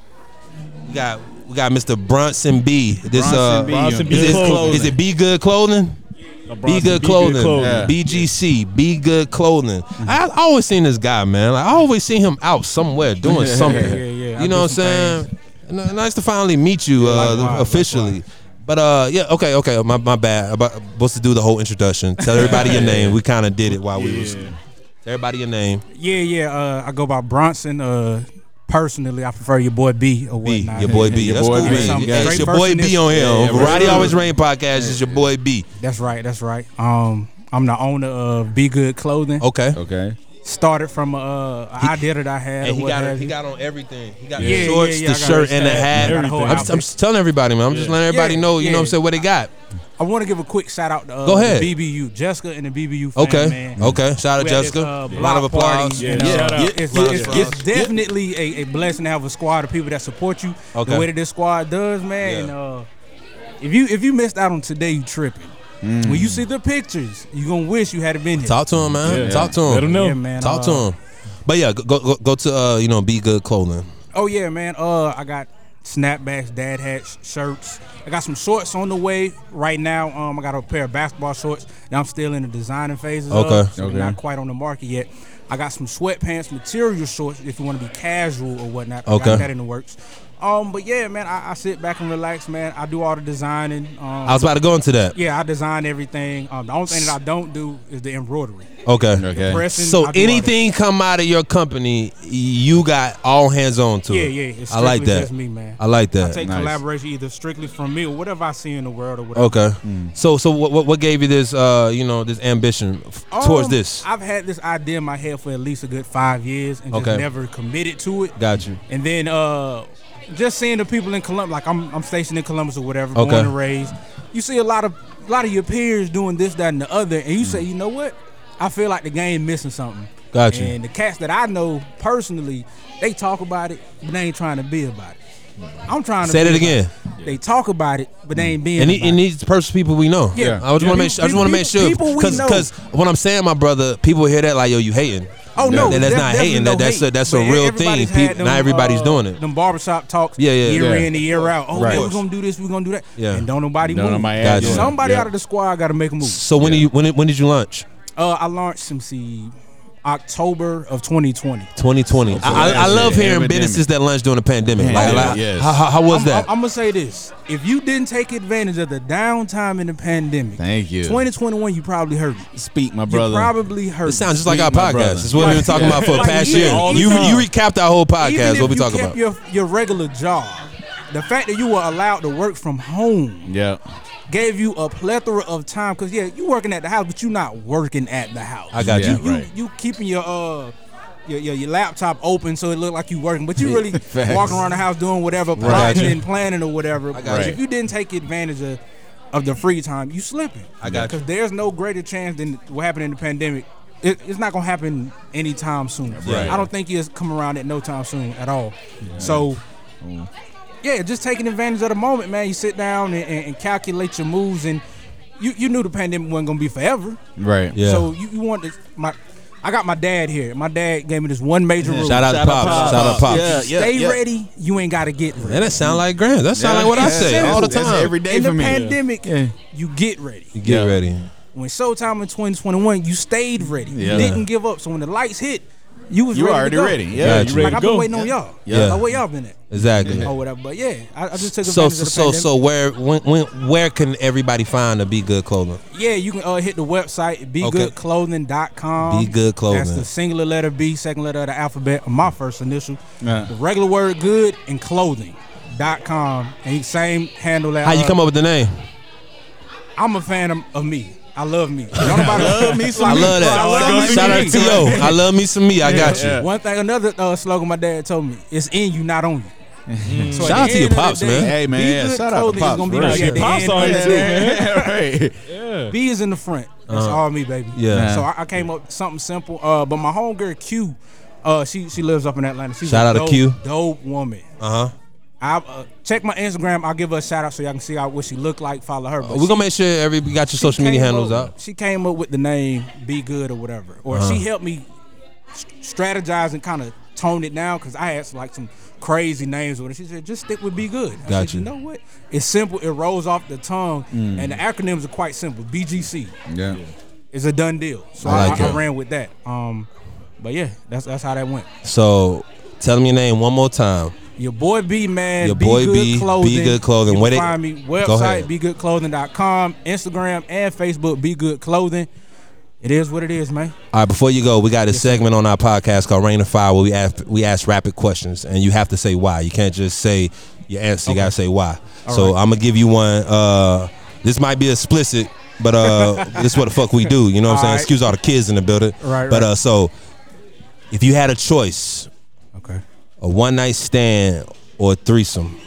We got we got Mr. Bronson B. This uh, Bronson B. Bronson B. Is, it, Clothing. is it B Good Clothing? Uh, B Bronson Good Clothing. Yeah. BGC. B Good Clothing. Mm-hmm. I, I always seen this guy, man. Like, I always seen him out somewhere doing something. yeah. You I know what I'm do some saying? N- Nice to finally meet you uh, likewise, officially. But uh, yeah, okay, okay. My, my bad. I'm about- I'm supposed to do the whole introduction. Tell everybody your name. We kind of did it while we was. Tell everybody your name. Yeah, yeah. Uh, I go by Bronson. Uh, personally, I prefer your boy B or B, whatnot. your boy B. That's boy cool, B. man. Something Yeah, it's great your boy person B is- on here. Yeah, on Variety right. Always Rain podcast. It's your boy B. That's right. That's right. Um, I'm the owner of Be Good Clothing. Okay. Okay. Started from uh, an idea that I had. And or he what got have he you. got on everything. He got Yeah, the yeah, shorts, yeah, the I got shirt, his and the hat. hat. Got a whole I'm, just, I'm outfit. just telling everybody, man. I'm just letting everybody Yeah, know. You know what I'm yeah. saying? Where they got. I want to give a quick shout out to uh, Go ahead. the BBU, Jessica, and the BBU. Fam, Okay. Man. Okay. Shout out We had this, Jessica. uh, Round of block party, applause. and, Yeah, uh, shout out. It's, Round of it's- applause. it's definitely a, a blessing to have a squad of people that support you. Okay. The way that this squad does, man. Yeah. And, uh, if you if you missed out on today, you tripping. Mm. When you see the pictures, you gonna wish you had been here. Talk to him, man. Yeah. Talk to him. Let him know. Yeah, man. Talk uh, to him. But yeah, go go, go to uh, you know, be good clothing. Oh yeah, man. Uh, I got snapbacks, dad hats, shirts. I got some shorts on the way right now. Um, I got a pair of basketball shorts that I'm still in the designing phases. of, Okay. so they're Okay. Not quite on the market yet. I got some sweatpants, material shorts if you want to be casual or whatnot. I Okay. got that in the works. Um, but yeah, man, I, I sit back and relax, man. I do all the designing. Um, I was about to go into that. yeah, I design everything. Um, the only thing that I don't do is the embroidery. Okay. Okay. Pressing, So I do all that. anything come out of your company, you got all hands on to Yeah, it. yeah. It's I like strictly that. just me, man. I like that. I take Nice. collaboration either strictly from me or whatever I see in the world or whatever. Okay. So so what what- what gave you this uh you know this ambition f- towards Um, this? I've had this idea in my head for at least a good five years and Okay. just never committed to it. Got you. And then uh, just seeing the people in Columbus, like I'm, I'm stationed in Columbus or whatever, Okay. born and raised. You see a lot of a lot of your peers doing this, that, and the other, and you Mm. say, you know what? I feel like the game missing something. Gotcha. And the cats that I know personally, they talk about it, but they ain't trying to be about it. I'm trying to Say that be about again. it. They talk about it, but they ain't being. And, about he, and these pers- people we know. Yeah. I just want to make. Sure, I just want to make sure. People we know. Because when I'm saying my brother, people hear that like, yo, you hating. Oh no, That- that's def- not definitely hating. no that that's hate. a that's a But real thing. everybody's had People, them, not everybody's uh, doing it. Them barbershop talks. Yeah, yeah, year yeah. in and year out. Oh, Right. yeah, we're Of gonna do this. We're gonna do that. Yeah. and don't nobody Don't move. nobody ask Gotcha. you. Somebody Yeah. out of the squad got to make a move. So when do you when when did you launch? Uh, I launched some see October of 2020. 2020. I, I, I love hearing businesses that lunch during the pandemic. Like, like, how, how, how was I'm, that? I'm, gonna say this: if you didn't take advantage of the downtime in the pandemic, Thank you. 2021, you probably heard. Speak, my You brother. probably heard. it sounds just like our my brother. podcast. It's what we've been talking about for the Like, past even- year. even- You you recapped our whole Even podcast. if What we you talking about? kept Your, your regular job, the fact that you were allowed to work from home Yeah. gave you a plethora of time. Because yeah, you working at the house, but you not working at the house. I got Yeah, you. right. You keeping your uh. Your, your, your laptop open so it look like you working, but you really Facts. walking around the house doing whatever, Right. Got plotting you. and planning or whatever. got But you. If you didn't take advantage of, of the free time, you slipping. I got you. Because there's no greater chance than what happened in the pandemic. It, it's not gonna happen anytime soon. Right. I don't think it's come around at no time soon at all. So, Mm. yeah, just taking advantage of the moment, man. You sit down and, and, and calculate your moves, and you, you knew the pandemic wasn't gonna be forever. Right. Yeah. So you, you want to my. I got my dad here. My dad gave me this one major rule. Shout out to Pops. Shout out to Pops. Yeah, yeah, Stay yeah. ready. You ain't gotta get ready. Man, that sound like grand. That sound like what I Yeah, say that's- all the that's time. every day in for the me. pandemic, Yeah. you get ready. You get ready. When Showtime in 2021, you stayed ready. Yeah. You didn't give up. So when the lights hit, you was You ready already to go. ready. Yeah. Gotcha. Like ready to I've been go. waiting on y'all. Yeah. Like where y'all been at? Exactly. Or whatever. But yeah, I, I just took So advantage so of the so pandemic. so where when, when where can everybody find a be good clothing? Yeah, you can uh, hit the website Okay. begoodclothing.com. Be Good Clothing. That's the singular letter B, second letter of the alphabet, my first initial. Yeah. The regular word good and clothing. Dot com and same handle that uh, How you come up with the name? I'm a fan of, of me. I love me. Don't nobody love me. I love that. Shout out to yo. I love me some me. I got you. One thing, another uh, slogan my dad told me: "It's in you, not on you." So at Mm. Shout out the to your end of the pops, day, man. Hey, man, Be yeah, Good shout out to Clothing is Pops, gonna be bro. like Yeah, at the Pops end on of here the too, day. right. Yeah. B is in the front. That's all me, baby. Uh, Yeah. So I, I came up with something simple. Uh, but my homegirl Q, uh, she she lives up in Atlanta. She's Shout a out to dope, Q. dope woman. Uh huh. I uh, check my Instagram. I'll give her a shout out so y'all can see how, what she looked like. Follow her. But We're gonna make sure every we got your social media came handles up- out. She came up with the name Be Good or whatever, or Uh-huh. she helped me s- strategize and kind of tone it down because I had some, like some crazy names with it. She said, "Just stick with Be Good." I said, Gotcha. Mm. you know what? It's simple. It rolls off the tongue, and the acronyms are quite simple. BGC Yeah. is a done deal, so I I, like I, I it. ran with that. Um, but yeah, that's that's how that went. So tell them your name one more time. Your boy B man. Your Be boy Good B, Be Clothing. Good Clothing. You Where can they- find me Go ahead. website begoodclothing.com, Instagram and Facebook Be Good Clothing. It is what it is, man. All right, before you go, we got a segment on our podcast called Rain of Fire where we ask we ask rapid questions and you have to say why. You can't just say your answer, you gotta say why. so I'm gonna give you one uh this might be explicit, but uh this is what the fuck we do, you know what I'm All saying? right. Excuse all the kids in the building. Right, But right. uh so if you had a choice, Okay. a one night stand or a threesome,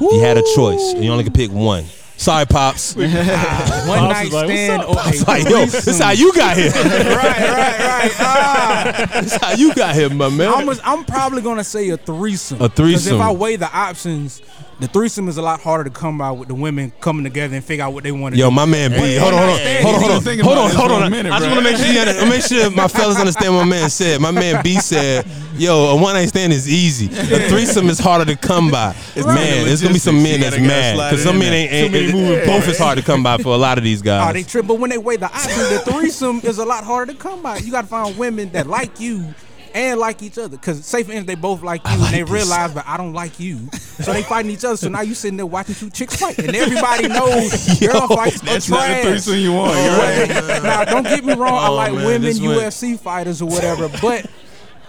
you had a choice and you only could pick one. Sorry, Pops. One Pops night is like, "What's stand up?" or a It's like, yo, this threesome. how you got here. this right, right, right. Ah, how you got here, my man. I'm, a- I'm probably gonna say a threesome. A 'Cause threesome. if I weigh the options, the threesome is a lot harder to come by with the women coming together and figure out what they want to Yo, do. my man B. Hold on, hold on, hold on, Thinking hold about on, this hold for on. a minute, I just bro. want to make sure, you under- make sure my fellas understand what my man said. My man B said, "Yo, a one night stand is easy. A threesome is harder to come by. Man, the there's gonna be logistics. some men You that's gotta- gotta mad slide because it some in men there. ain't. ain't it- both is hard to come by for a lot of these Oh, they guys. trip. But when they weigh the options, the threesome is a lot harder to come by. You got to find women that like you and like each other. Because say for instance, they both like you like and they this. realize, but I don't like you, so they fighting each other. So now you sitting there watching two chicks fight, and everybody knows girl fights are That's not the trash. threesome you want. You're right. now, don't get me wrong. I Oh, like man, women this went- UFC fighters or whatever, but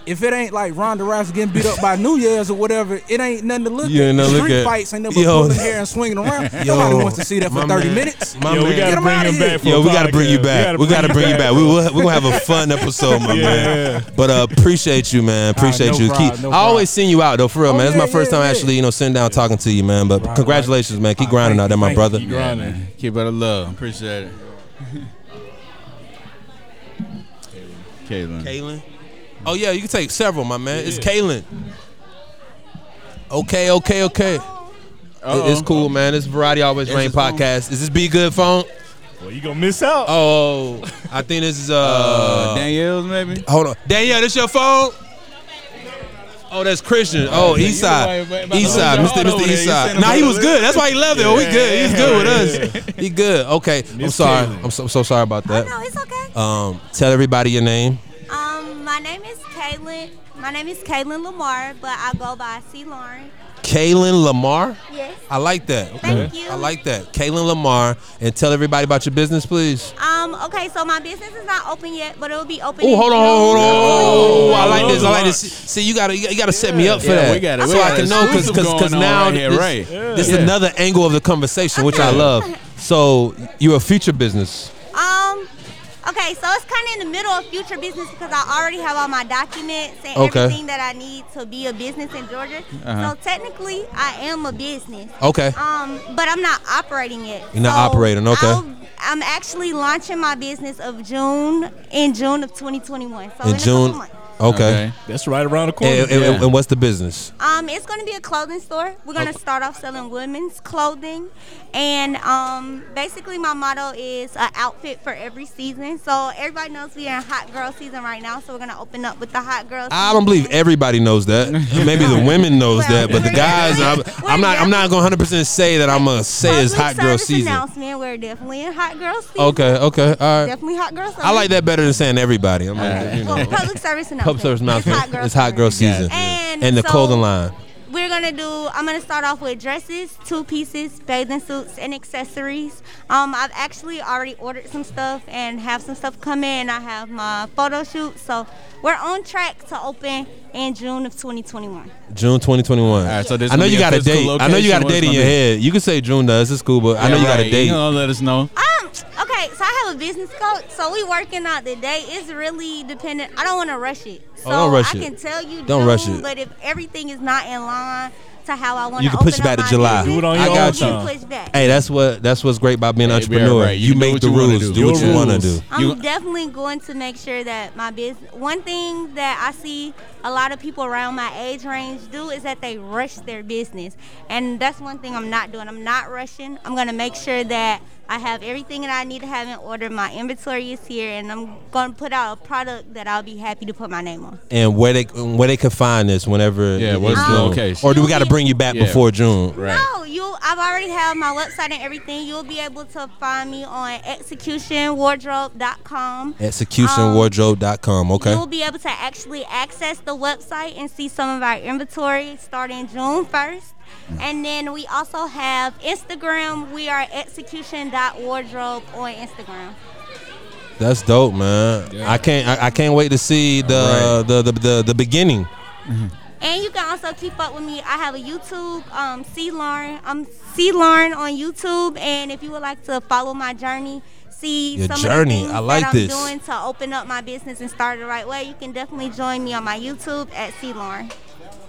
If it ain't like Ronda Rousey getting beat up by New Year's or whatever, it ain't nothing to look You at. ain't nothing to look Street at. fights ain't nothing Yo. but pulling hair and swinging around. Yo, Nobody wants to see that for my 30 man. minutes. My Yo, we man. gotta Get 'em bring outta him here. back for Yo, a we gotta bring you podcast. back. We gotta bring you back. We will- we gonna have a fun episode, my man. But uh, appreciate you, man. Appreciate no you. problem, Keep- no I always seen you out though, for real, man. It's my yeah, first yeah, time yeah. actually, you know, sitting down talking to you, man. But congratulations, man. Keep grinding out there, my brother. Keep grinding. Keep it love. Appreciate it. Mm. Caitlin. Kalen. Oh yeah, you can take several, my man. It's Kalen. Okay, okay, okay. It- It's Uh-oh. cool, man. It's Variety Always Is Rain this on? podcast. Is this Be Good phone? Well, you gonna miss out. Oh, I think this is uh, Uh, Danielle's maybe. Hold on, Danielle, this your phone? Oh, that's Christian. Oh, Uh, yeah, Eastside, you know, about to lose Eastside, your Mr. heart Mr. over there. You sent Eastside. him Nah, he over was there. good. That's why he left it. Oh, we good. He's good with us. He good. Okay, I'm Miss sorry. Kalen. I'm so, I'm so sorry about that. Oh, No, it's okay. Um, tell everybody your name. Um, my name is Kaylin. My name is Kaylin Lamar, but I go by C. Lauren. Kalen Lamar. Yes. I like that. Okay. Thank you. I like that. Kalen Lamar, and tell everybody about your business, please. Um, okay, so my business is not open yet, but it will be open. Oh, in hold on, June. hold on. Oh, I like love this. I like lunch. this. See, you gotta, you gotta set me up for Yeah, that. we got it. so We I got can it. know, because, Exclusive because, going now on right here, this, right. this is Yeah. another angle of the conversation, which I Okay. love. So you're a future business. Um, okay, so it's kind of in the middle of future business because I already have all my documents and Okay. everything that I need to be a business in Georgia. Uh-huh. So technically, I am a business. Okay. Um, but I'm not operating it. You're not operating, okay. I'll- I'm actually launching my business of June in June of 2021. So in a June. couple months. Okay. That's right around the corner. And, and- and what's the business? Um, it's gonna be a clothing store. We're gonna start off selling women's clothing, and um, basically my motto is an outfit for every season. So everybody knows we are in hot girl season right now. So we're gonna open up with the hot girls. I don't believe everybody knows that. Maybe the women knows that, but the guys, I'm, I'm not. I'm not going 100 percent say that. I'm gonna say it's hot girl service season. announcement. We're definitely in hot girl season. Okay. Okay. All right. Definitely hot girl. Season. I like that better than saying everybody. I mean, you know, Well, public service announcement. public service It's hot announcement. girl It's hot girl season, And and the so- clothing line. We're gonna do. I'm gonna start off with dresses, two pieces, bathing suits, and accessories. Um, I've actually already ordered some stuff and have some stuff come in. I have my photo shoot, so we're on track to open in June of 2021. June 2021. All right, so this I know gonna be you a got a physical date. I know you got a location. date in What's your gonna be? head. You can say June does. It's cool, but I know you got a date. You know, let us know. Um, okay, so I have a business coach, so we working out the day. It's really dependent. I don't want to rush it. So Oh, don't rush I it. can tell you Don't June, rush it. but if everything is not in line to how I want You can push it back to July. Do it on I your got own you. time. Push back. Hey, that's what that's what's great about being an Hey, we are entrepreneur. right. You, You can do make what the you wanna rules. do. Do what Your you want to rules. do. I'm definitely going to make sure that my business. One thing that I see a lot of people around my age range do is that they rush their business, and that's one thing I'm not doing. I'm not rushing. I'm gonna make sure that I have everything that I need to have in order. My inventory is here, and I'm gonna put out a product that I'll be happy to put my name on. And where they where they can find this whenever. Yeah, it what's is the June. location? Or do we got to bring you back Yeah. before June? No, Oh, you. I've already have my website and everything. You'll be able to find me on executionwardrobe.com. Executionwardrobe.com. Okay. You'll be able to actually access the website and see some of our inventory starting June 1st. Mm. And then we also have Instagram. We are execution.wardrobe on Instagram. That's dope, man. I can't I, I can't wait to see the, the, the the the beginning. And you can also keep up with me. I have a YouTube, um, C Lauren. I'm C Lauren on YouTube. And if you would like to follow my journey, see Your some journey. of the things I like that I'm this. doing to open up my business and start the right way, you can definitely join me on my YouTube at C Lauren.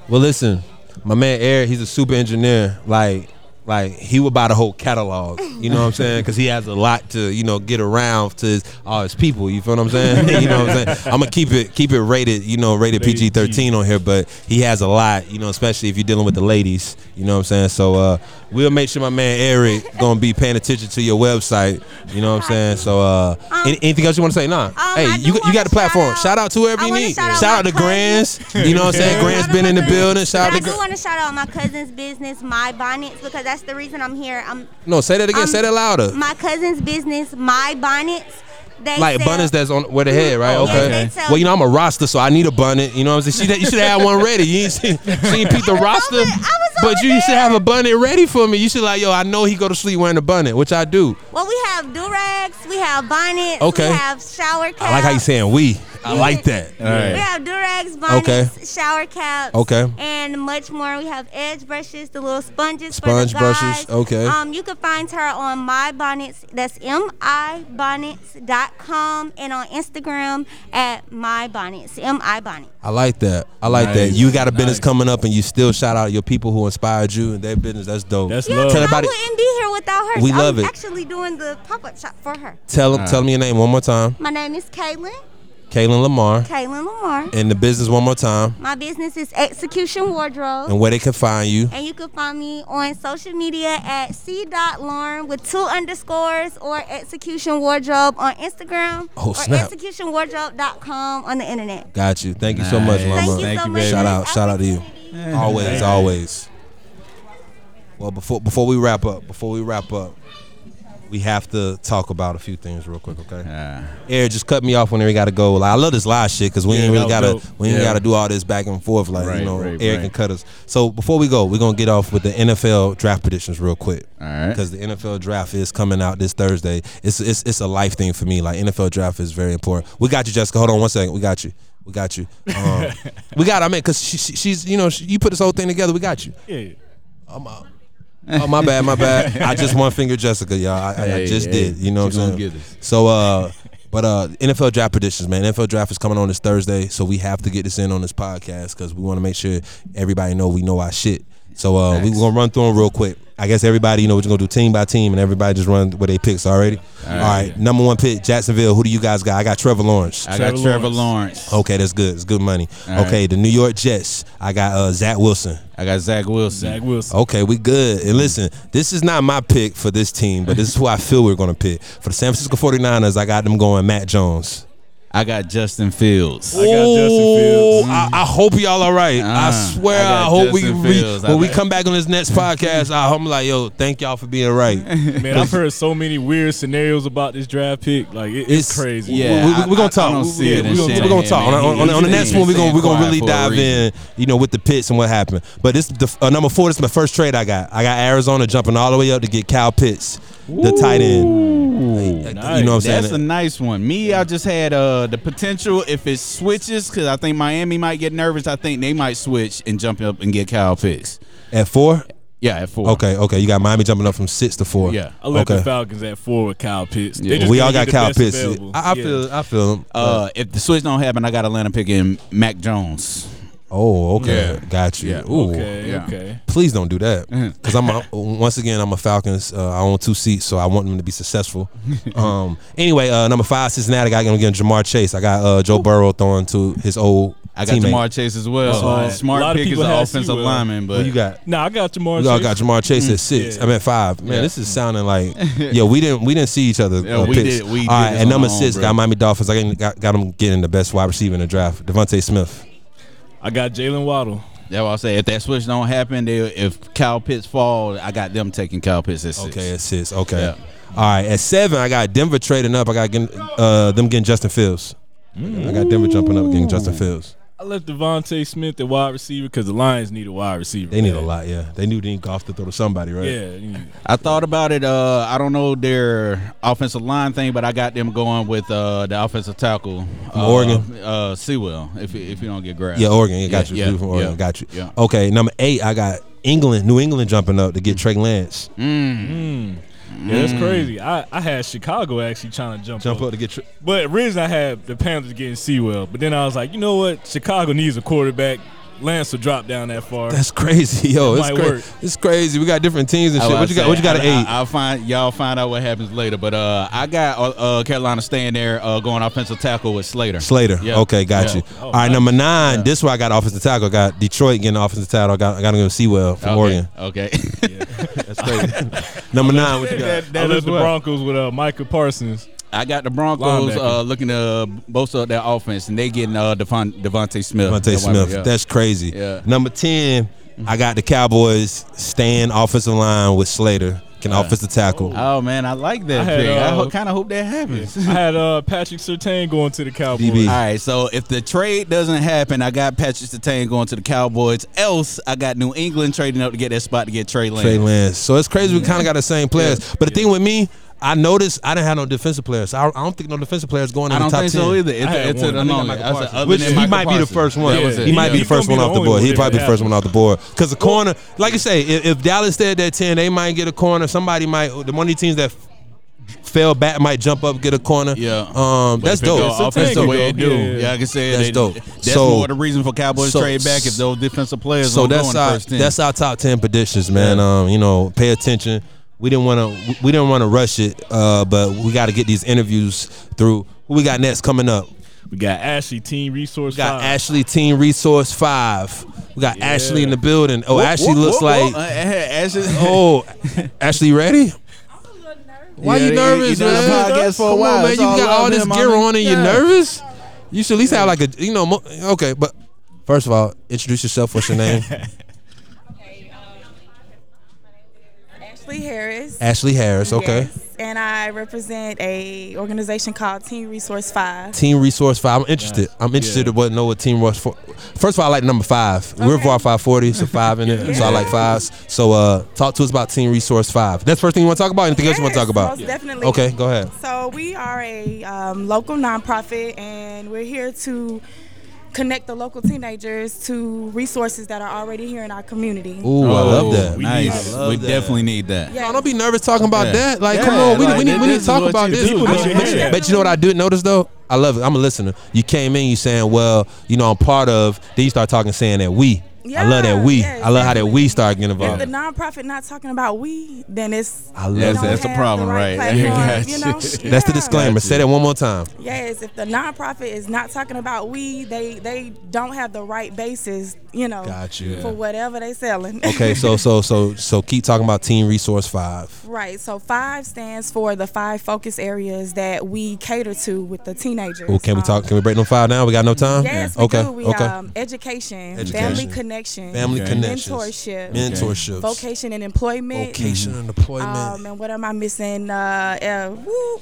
Well, listen, my man Eric, he's a super engineer. Like, like he would buy the whole catalog. You know what I'm saying? Because he has a lot to, you know, get around to his, all his people. You feel what I'm saying? you know what I'm saying? I'm gonna keep it keep it rated. You know, rated PG-13 on here, but he has a lot. You know, especially if you're dealing with the ladies. You know what I'm saying? So uh, we'll make sure my man Eric gonna be paying attention to your website. You know what I'm saying? So uh, any- anything else you want to say? Nah. hey, you you got the platform. Shout out, to whoever you need. Shout out to Grands. You know what I'm saying? Grant's been in the building. Shout But I out to do Grant. want to shout out my cousin's business, My Bonnets, because that's the reason I'm here. I'm No, say that again. say that louder. my cousin's business, My Bonnets. They Like sell- bunnies that's on where the head, right? Oh, yeah, okay. they sell- Well, you know I'm a roster, so I need a bunnet. You know what I'm saying? She, you should have had one ready. You ain't seen, she ain't peeped the Oh, roster, but you should have a bunnet ready for me. You should like, yo, I know he go to sleep wearing a bunnet, which I do. Well, we have do rags, we have bonnets, Okay. we have shower caps. I like how you saying we. I like that. All right. We have Durex, bonnets, Okay. shower caps, Okay. and much more. We have edge brushes, the little sponges, Sponge for the guys. brushes, okay. Um, you can find her on my bonnets. That's m i bonnets.com and on Instagram at my bonnets. M i bonnets. I like that. I like that. Nice. You got a business coming up, and you still shout out your people who inspired you and their business. That's dope. That's Yeah, 'cause Tell I everybody. wouldn't be here without her. We so love I'm it. actually doing the pop up shop for her. Tell them. Tell them your name one more time. My name is Kaylin. Kaylin Lamar. Kaylin Lamar. And the business one more time. My business is Execution Wardrobe. And where they can find you. And you can find me on social media at c.lauren with two underscores or Execution Wardrobe on Instagram Oh, or snap. executionwardrobe.com on the internet. Got you. Thank you so much, Nice. Mama. Thank you Thank so you, much for Shout this out. Shout out to you. opportunity. Always. Yeah. Always. Well, before before we wrap up, before we wrap up, we have to talk about a few things real quick, okay? Air just cut me off whenever he got to go. Like I love this live shit because we Yeah, ain't really that gotta was dope. we ain't Yeah. gotta do all this back and forth. Like Right, you know, right, Air right. can cut us. So before we go, we're gonna get off with the NFL draft predictions real quick. All right. Because the NFL draft is coming out this Thursday. It's it's it's a life thing for me. Like NFL draft is very important. We got you, Jessica. Hold on one second. We got you. We got you. Um, we got. I mean, because she, she, she's you know she, you put this whole thing together. We got you. Yeah. I'm out. Oh my bad, my bad. I just one finger Jessica, y'all. I, I- I Hey, just hey, did. You know what she I'm gonna saying? get us. So uh but uh NFL draft predictions, man. NFL draft is coming on this Thursday, so we have to get this in on this podcast because we want to make sure everybody know we know our shit. So uh we Facts. gonna run through them real quick. I guess everybody, you know, we're just gonna do team by team and everybody just run where they picks already. All right, number one pick, Jacksonville. Who do you guys got? I got Trevor Lawrence. I got Trevor Trevor Lawrence. Okay, that's good. It's good money. All okay, right. the New York Jets. I got uh, Zach Wilson. I got Zach Wilson. Zach Wilson. Okay, we good. And listen, this is not my pick for this team, but this is who I feel we're going to pick. For the San Francisco 49ers, I got them going Matt Jones. I got Justin Fields. I got Justin Fields. I, I hope y'all all right. I swear, Uh-huh. I I, got hope we Justin re- Fields. I when we got- come back on this next podcast, I, I'm like, yo, thank y'all for being right. Man, I've heard so many weird scenarios about this draft pick. Like it- it's, crazy. we, are gonna talk. We- we- we- we gonna talk on, on- on- on the next one. We're gonna we're gonna really dive in, you know, with the pits and what happened. But this the uh, number four. This is my first trade I got. I got Arizona jumping all the way up to get Cal Pitts, the tight end. Uh, You know what I'm saying? That's a nice one. Me, I just had uh, the potential if it switches because I think Miami might get nervous. I think they might switch and jump up and get Kyle Pitts. At four? Yeah, at four. Okay, okay. You got Miami jumping up from six to four. Yeah. I left the Okay. Falcons at four with Kyle Pitts. They Yeah. just We gonna all get got the Kyle best Pitts. available. I- I feel- I feel him. Uh, if the switch don't happen, I got Atlanta picking Mac Jones. Oh, okay. Got you. Yeah. Ooh. Okay, Yeah. okay. Please don't do that. Uh-huh. Because I'm a, once again I'm a Falcons. Uh, I own two seats, so I want them to be successful. um. Anyway, uh, number five, Cincinnati. I got him getting Jamar Chase. I got uh, Joe Burrow throwing to his old. I got teammate. Jamar Chase as well. That's why- A lot Smart of pick is people an had offensive Sewell. lineman, but Hmm. Who you got? Nah, I got Jamar. we all Chase. got Jamar Chase Mm. at six. Yeah. I mean at five. Man, Yeah. this is sounding like yeah. We didn't we didn't see each other. Yeah, uh, we picks. did- we did all right, this and on number our own, six bro. got Miami Dolphins. I got, got them getting the best wide receiver in the draft, Devontae Smith. I got Jalen Waddle. That's what I say. If that switch don't happen, they, if Kyle Pitts fall, I got them taking Kyle Pitts at six. Okay, at six. Okay. All right, at seven, I got Denver trading up. I got getting, uh, them getting Justin Fields. Mm. I got Denver jumping up, getting Justin Fields. I left Devontae Smith at wide receiver because the Lions need a wide receiver. They need a lot, yeah. They knew they need golf to throw to somebody, right? Yeah, they need- I thought about it. Uh, I don't know their offensive line thing, but I got them going with uh, the offensive tackle From uh, Oregon? uh, Sewell. If if you don't get grabbed, Yeah, Oregon. Yeah, got you. Dude from Oregon. yeah, got you. Yeah. Okay, number eight, I got England, New England jumping up to get Trey Lance. Mm. Yeah, that's Mm. crazy. I, I had Chicago actually trying to jump, Jump up. up to get. Tri- but originally I had the Panthers getting Sewell, but then I was like, you know what? Chicago needs a quarterback. Lance will drop down that far. That's crazy, yo. It It's, might cra- work. it's crazy. We got different teams and I shit. was What you got? saying, What you got I- at eight? I, will find y'all find out what happens later. But uh, I got uh, uh, Carolina staying there uh, going offensive tackle with Slater. Slater. Yeah. Okay, got Yeah. Oh, you. All right, number nine. This where I got offensive tackle. I got Detroit getting offensive tackle. I got I got to go Sewell from Okay, Oh, Oregon. Okay. That's crazy. number nine. What you got? That, that left the Broncos with uh, Micah Parsons. I got the Broncos Linebacker. uh, looking to bolster up their offense, and they getting uh, Devon, Devontae Smith. That Devontae wide receiver, Smith. yeah. That's crazy. Yeah. Number 10, I got the Cowboys staying offensive line with Slater, can Yeah. offensive tackle. Oh man, I like that I had, pick. I uh, ho- kind of hope that happens. I had uh, Patrick Sertain going to the Cowboys. All right, so if the trade doesn't happen, I got Patrick Sertain going to the Cowboys. Else, I got New England trading up to get that spot to get Trey Lance. Trey Lance. So it's crazy we kind of got the same players. But the thing with me, I noticed I didn't have no defensive players. I, I don't think no defensive players going I in the don't top think 10. so either. It- I had it took one. the I think I long- had I said Parsons. other Which than he Michael might be the Parsons. first one. That was it. He might be Yeah. the first He's one gonna off the be the board. only He one probably be that the first one off the board because the corner, like you say, if, if Dallas stayed at ten, they might get a corner. Somebody might. The one of these teams that fell back might jump up, get a corner. Yeah, um, that's dope. That's the way it do. Yeah, I can say that's they- dope. That's so, more the reason for Cowboys so- trade back if those defensive players so don't go in that's the our first ten. that's our top ten predictions, man. Um, you know, pay attention. We didn't want to we didn't want to rush it, uh, but we got to get these interviews through. Who we got next coming up? We got Ashley Team Resource. We got Five. Ashley Team Resource Five. We got Ashley in the building. Oh, Whoop, Ashley whoop, looks whoop, like. whoop. Uh, Ashley. Oh, Ashley, you ready? Why Yeah, you he- nervous, he done man? the podcast for a Come while. on, man. You It's all got love all this him, gear homie. on and Yeah. you're nervous. You should at least have like a you know mo- okay, but first of all, introduce yourself. What's your name? Ashley Harris. Ashley Harris, okay. Yes, and I represent a organization called Teen Resource Five. Team Resource Five. I'm interested. I'm interested to what know what Team Rush for. First of all, I like number five. We're VAR 540, so five in it. So I like fives. So uh, talk to us about Team Resource Five. That's the first thing you want to talk about. Anything else you want to talk about? most definitely. Okay, go ahead. So we are a um, local nonprofit, and we're here to connect the local teenagers to resources that are already here in our community. Ooh, I love that. Oh, we Nice. need I that. love We that. definitely need that. No, Oh, don't be nervous talking about Yeah. that. Like, Yeah, come on, we, like, we need we need this to is talk what about you this. do. But, This you- is but what you- you do. but you know what I did notice though? I love it. I'm a listener. You came in, you saying, well, you know, I'm part of. Then you start talking, saying that we. I love that we. Yeah, yeah, I love how that we start getting If involved. the nonprofit not talking about we, then it's I love they don't that. That's the have problem, right? right? platform, you know? That's the disclaimer. Say that one more time. Yes, if the nonprofit is not talking about we, they they don't have the right basis, you know, Got you. for whatever they selling. Okay, so so so so keep talking about Team Resource Five. Right. So five stands for the five focus areas that we cater to with the teenagers. Um, Ooh, can we talk? Can we break them five now? We got no time. Yes, we okay. do. We, okay. um, education, family Education. connection, Family connections. mentorship, Mentorships. vocation and employment, Vocation and employment. Um, and what am I missing? Uh, uh, whoop.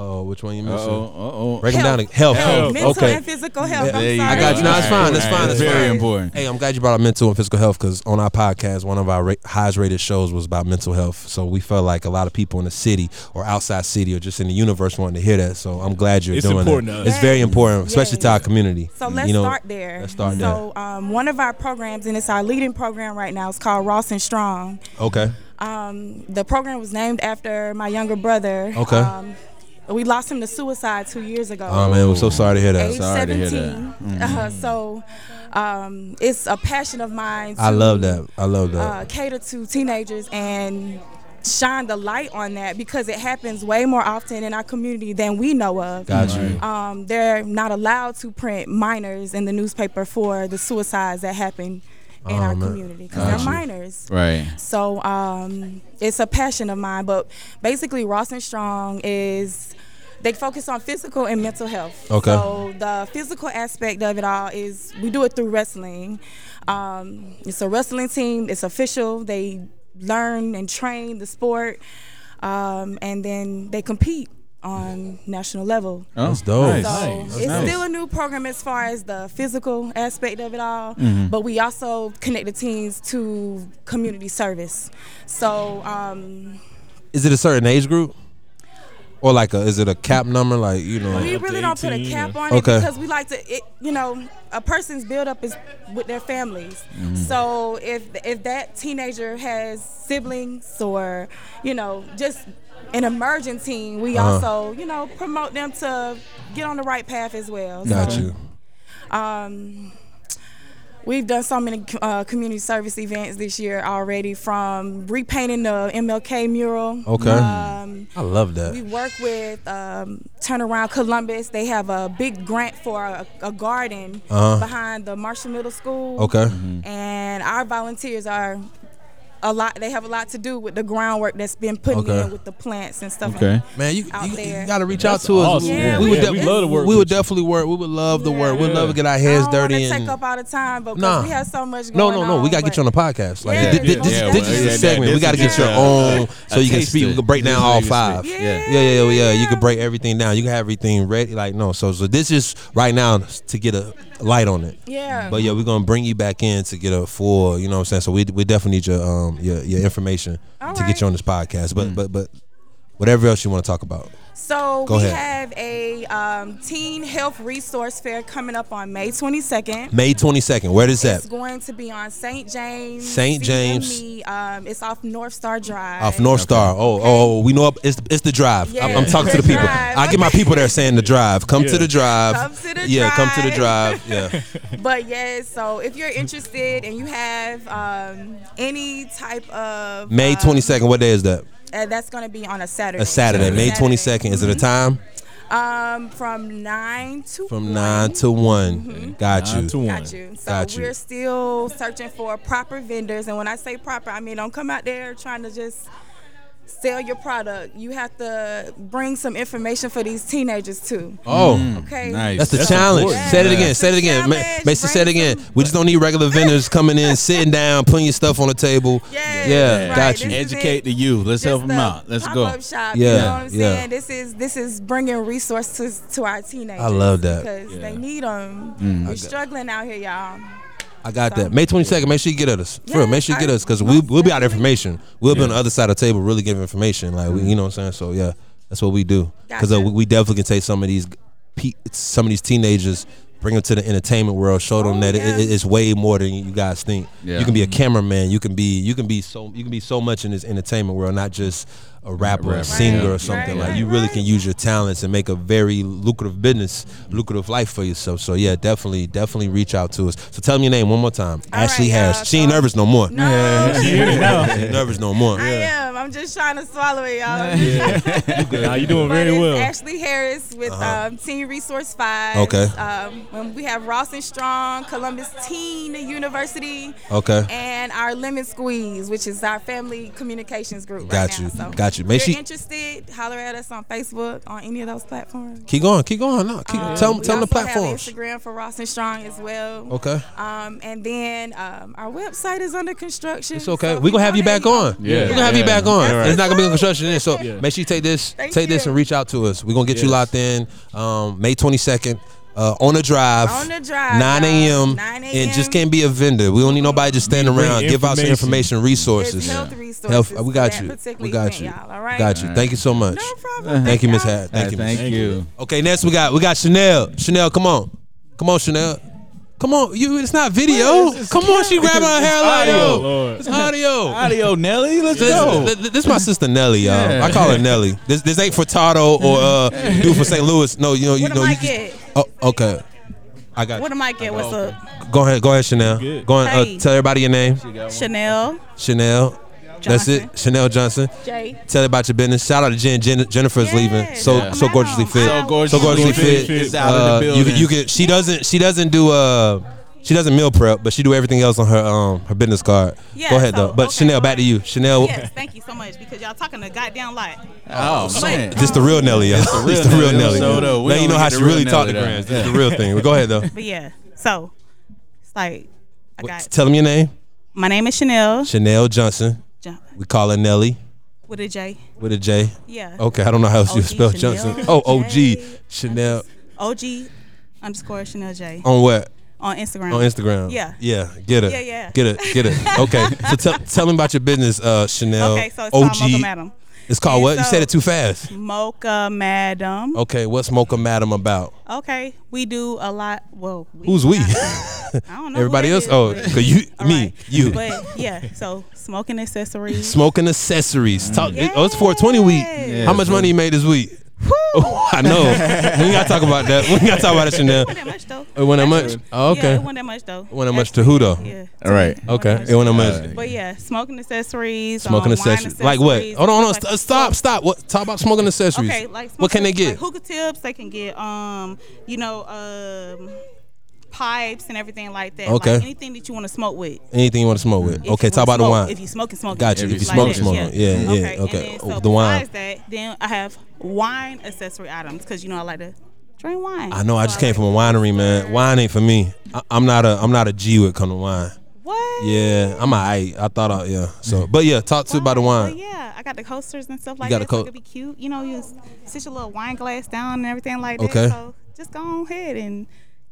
Oh, which one you missing? Uh-oh, uh-oh. Break them down. Health. Health. Health. Health. Mental Okay. and physical health. I'm There you go. sorry. I got you. No, it's fine. It's All right, fine. It's very fine. important. Hey, I'm glad you brought up mental and physical health because on our podcast, one of our ra- highest rated shows was about mental health. So we felt like a lot of people in the city or outside city or just in the universe wanted to hear that. So I'm glad you're It's doing important that. to us. It's very important, especially to our community. So let's you know, start there. Let's start so um, one of our programs, and it's our leading program right now, is called Ross and Strong. there. Okay. Um, the program was named after my younger brother. Okay. Um, we lost him to suicide two years ago. Oh, man, we're so sorry to hear that. Age Sorry to 17. hear that. Uh, so um, it's a passion of mine. To, I love that. I love that. Uh, cater to teenagers and shine the light on that because it happens way more often in our community than we know of. Got you. Um, they're not allowed to print minors in the newspaper for the suicides that happen Oh, in our man. community because Got they're you. minors. Right. So um, it's a passion of mine, but basically, Ross and Strong is they focus on physical and mental health. Okay. So the physical aspect of it all is we do it through wrestling. Um, it's a wrestling team. It's official. They learn and train the sport, um, and then they compete on national level. Oh, That's dope. nice. So Nice. it's Nice. still a new program as far as the physical aspect of it all, Mhm. but we also connect the teens to community service. So um, Is it a certain age group? Or like a is it a cap number? Like, you know we really don't put a cap on Okay. it because we like to, it, you know, a person's build up is with their families. Mhm. So if if that teenager has siblings or you know just an emerging teen, we Uh-huh. also you know promote them to get on the right path as well. Got So, you. Um, We've done so many uh, community service events this year already, from repainting the MLK mural. Okay. Um, I love that. We work with um, Turnaround Columbus. They have a big grant for a, a garden Uh-huh. behind the Marshall Middle School. Okay. Mhm. And our volunteers are a lot. They have a lot to do with the groundwork that's been put Okay. in with the plants and stuff. Okay. Man, you, out there. gotta reach out to us. awesome. Yeah, we would yeah, de- we love to work We with would definitely work. We would love to work. We'd love to get our I hands don't dirty want to and take up all the time, but 'cause Nah. we have so much no, going no, no. on, We gotta get you on the podcast. Like Yeah. thi- thi- Yeah, this, yeah, this yeah, is yeah, a segment. this we gotta is get your a- own, a so you can taste speak. of We can break this down is all what you five. speak. Yeah, yeah, yeah, yeah, You can break everything down. You can have everything ready. Like no, so so this is right now to get a light on it. Yeah. But yeah, we're gonna bring you back in to get a full. You know what I'm Mm. saying? So we we definitely need your um your your information to get you on this podcast. But but but Whatever else you want to talk about. So Go we ahead. have a um, teen health resource fair coming up on May 22nd. May 22nd. Where is that? It's going to be on St. James. St. James. CME. Um, it's off North Star Drive. Off North Star. Oh, oh, we know up- it's it's the drive. I'm, I'm Yeah. talking to the The people. drive. I get my people there saying the drive. Come to Yeah. the drive. Come to the yeah, come to the drive. drive. Yeah. But yes, so if you're interested and you have um, any type of May 22nd. What day is that? uh, that's going to be on a Saturday. Mm-hmm. A Saturday. May 22nd. Is it a time? Um, from nine to From nine to one. Got you. Nine to Mm-hmm. Got you. So Got you. we're still searching for proper vendors, and when I say proper, I mean don't come out there trying to just sell your product. You have to bring some information for these teenagers too. Oh, Mm. Mm. Mm. okay. That's the challenge. Say it again. Say it again. Ma- Mason, say it again. We just don't need regular vendors coming in, sitting down, putting your stuff on the table. yeah, got you. Educate the youth. Let's help them out. Let's go. Pop-up shop. Yeah, You know what I'm yeah. saying? This is this is bringing resources to our teenagers. I love that. because they need them. Mm. I We're got- struggling out here, y'all. I got that. May 22nd, make sure you get at us. For real, make sure you get I- us because we, we'll be out of information. We'll be on the other side of the table really giving information. Like, we, you know what I'm saying? So, yeah, that's what we do. Because uh, we, we definitely can take some of these pe- some of these teenagers, bring them to the entertainment world, show them that it- it, it's way more than you guys think. Yeah. You can be a cameraman. You can be you can be so you can be so much in this entertainment world, not just a rapper, Rapper, a singer, yeah. or something. Right, like right, you really can use your talents and make a very lucrative business, lucrative life for yourself. So yeah, definitely, definitely reach out to us. So tell me your name one more time. Ashley uh, Harris. She ain't nervous no more. No. Yeah, she is now. nervous no more. I am. I'm just trying to swallow it, y'all. Yeah. Nah, you doing very It's well. Ashley Harris with Uh-huh. um, Teen Resource Five. Okay. Um, when we have Ross and Strong, Columbus Teen University. Okay. And our Lemon Squeeze, which is our family communications group. Got right you. Now. So Got you. If Make you're sure you- interested, holler at us on Facebook, on any of those platforms. Keep going. Keep going. No, keep, Uh, Um, tell them. we Tell them the also have platforms. Instagram for Ross and Strong as well. Okay. Um, and then um, our website is under construction. It's okay. we gonna have you back on. Yeah. We're gonna have you Yeah. back on. Alright. It's not gonna be on construction in. So make sure you take this, Thank take this you. and reach out to us. We're gonna get you Yes. locked in. Um, May twenty second. Uh, on the drive, On the drive, 9 a.m. y'all. 9 And just can't be a vendor. We don't need nobody just standing bring around. Give out some information. information, resources. It's health Yeah. resources Health- we got for you. that particular We got event, you. y'all, all right? Got you. All Thank you so much. Thank you, Miss Hat. Thank you. Thank Miss Hat. you. Okay, next we got we got Chanel. Chanel, come on, come on, Chanel. Come on, you. It's not video. Come on, she grabbing her hair like yo. It's audio. Audio, Nelly. Let's This, go. th- th- this my sister Nelly, y'all. Yeah. I call her Nelly. This this ain't Furtado or uh, dude from St. Louis. No, you know you What know. am I You just- get? oh, okay. I got. What am I get? What's up? Go ahead, go ahead, Chanel. Good. Go ahead, Hey. uh, tell everybody your name. Chanel. Chanel. That's it, Chanel Johnson. Jay. Tell about your business. Shout out to Jen. Jen Jennifer's leaving. So Yeah. so gorgeously fit. So gorgeously fit. Is out in the Uh, you, building. can- you can. She doesn't. She doesn't do. Uh, she doesn't meal prep, but she do everything else on her um her business card. Yeah, Go ahead so- though. But Chanel, back to you. Chanel. Yes, thank you so much because y'all talking a goddamn lot. Oh, man. This the real Nelly, yo. This the real Nelly. So, though, we Now you only know how get the she real really Nelly, talked to though. Grams. This is Yeah. the real thing. But go ahead though. But yeah, so it's like I got Tell them your name. my name is Chanel Chanel Johnson. Jun- We call her Nelly with a J. with a J. Yeah. Okay, I don't know how else you OG spell Chanel Johnson. Oh, OG Chanel. OG underscore Chanel J. On what? On Instagram. On Instagram. Yeah. Yeah. Get it. Yeah, yeah. Get it. Get it. Okay. so tell tell me about your business, uh, Chanel. Okay, so it's OG. called Mocha Madam. It's called And what? you so- said it too fast. Mocha Madam. Okay, what's Mocha Madam about? Okay, we do a lot. Well, we, Who's we? I don't know. Everybody who else? that Oh, is, 'cause you, All me, right. you. But yeah, so smoking accessories. Smoking accessories. Talk, it- Oh, it's 420 week. Yes. How much money you made this week? I know. we ain't gotta talk about that. We ain't gotta talk about that Chanel. It wasn't that much though. It wasn't that Actually, much? Oh, okay. Yeah, it wasn't that much though. It wasn't that much to who though? Yeah. All right. Okay. It wasn't that much. But yeah, smoking accessories. Smoking um, accessories. Wine Like what? accessories, Hold on, hold on. stuff St- stop, stop. What? Talk about smoking accessories. Okay, like what can they smoking- get? Like hookah tips. They can get um, you know, um, pipes and everything like that. Okay. Like anything that you want to smoke with. Anything you want to smoke with. If okay, you talk wanna about the smoke- wine. If you smoking, smoking. Got you. If you Like smoke, that, smoke. Yeah, yeah. Okay. Oh, And then, so the wine. Besides that, then I have wine accessory items because you know I like to drink wine. I know. I just came from a winery, man. Wine ain't for me. I, I'm not a. I'm not a G when it come to wine. What? Yeah, I'm a. I, I thought. I, yeah. So, but yeah, talk to about the Well, wine. yeah, I got the coasters and stuff like Uh, got that. the so co- it could be cute. You know, you s- sit your little wine glass down and everything like that. Okay. So just go ahead and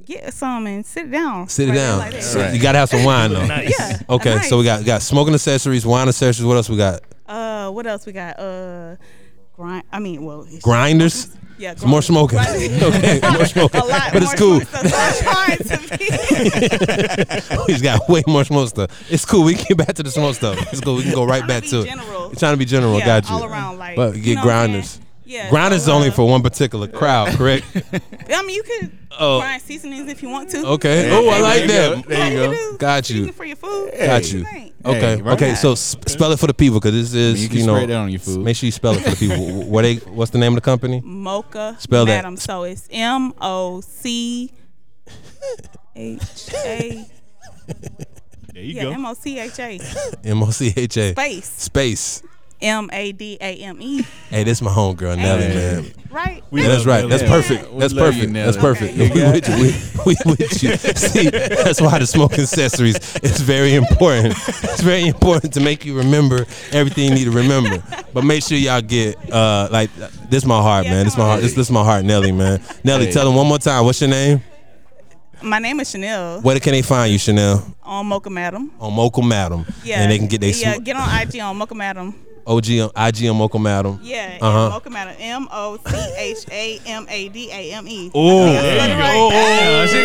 get some and sit down. Sit it right there down. like that. Sit- You gotta have some wine though. yeah. Okay, so we got got smoking accessories, wine accessories. What else we got? Uh, what else we got? Uh, grind. I mean, well, it's- Grinders? Yeah, It's more smoking. grinders. okay, more smoking. A lot but more it's cool. smoke, so I'm He's got way more smoke stuff. It's cool. We can get back to the smoke stuff. It's cool. We can go right back to it. You're trying to be general. Yeah, got you. all around, like, but you get know what I'm grinders. Yeah, grinders is so, only uh, for one particular crowd, correct? I mean, you could Oh. grind seasonings if you want to. Okay. Oh, I like that. Got you. For your food. Got you. Okay. right. okay. So sp- spell it for the people because this is you can know. spray that on your food. Make sure you spell it for the people. Wh- wh- what they? What's the name of the company? Mocha. Spell that. Madam. So it's M O C H A. There you yeah, go. M O C H A. M O C H A. Space. Space. M A D A M E. Hey, this my homegirl, Nelly, Hey. man. Right. We We that's love right. Nelly. That's Yeah. perfect. We That's love you, perfect. That's Nelly. perfect. Okay. We with you. We, we with you. See, that's why the smoking accessories is very important. It's very important to make you remember everything you need to remember. But make sure y'all get uh like this my heart, man. This my heart. This this my heart, Nelly, man. Nelly, Hey. tell them one more time. What's your name? My name is Chanel Where can they find you, Chanel? on Mocha Madam. On Mocha Madam. Yeah. And they can get their Yeah, sm- get on IG on Mocha Madam. OG on IG on Mocha Madam. Yeah, Uh uh huh. Mocha Madam. M O C H A M A D A M E. Oh, Yeah, there you right. go. Hey. She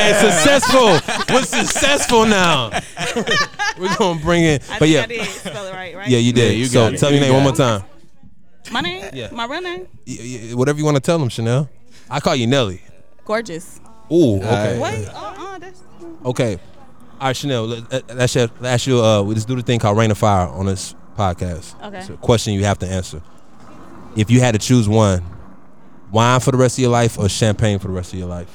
Hey, successful. We're successful now. We're gonna bring in. but I think yeah, I did spell it right, right? yeah, you did. Yeah, you so got it. tell me You your name one more got time. My name? Yeah. My real name? Y- y- whatever you want to tell them, Chanel. I call you Nelly. Gorgeous. Ooh, okay. Wait, uh uh that's Okay. All right, Chanel. let- let- Let's ask- let's ask you. Uh, we just do the thing called Rain of Fire on this podcast. Okay. It's a question you have to answer. If you had to choose one, wine for the rest of your life or champagne for the rest of your life?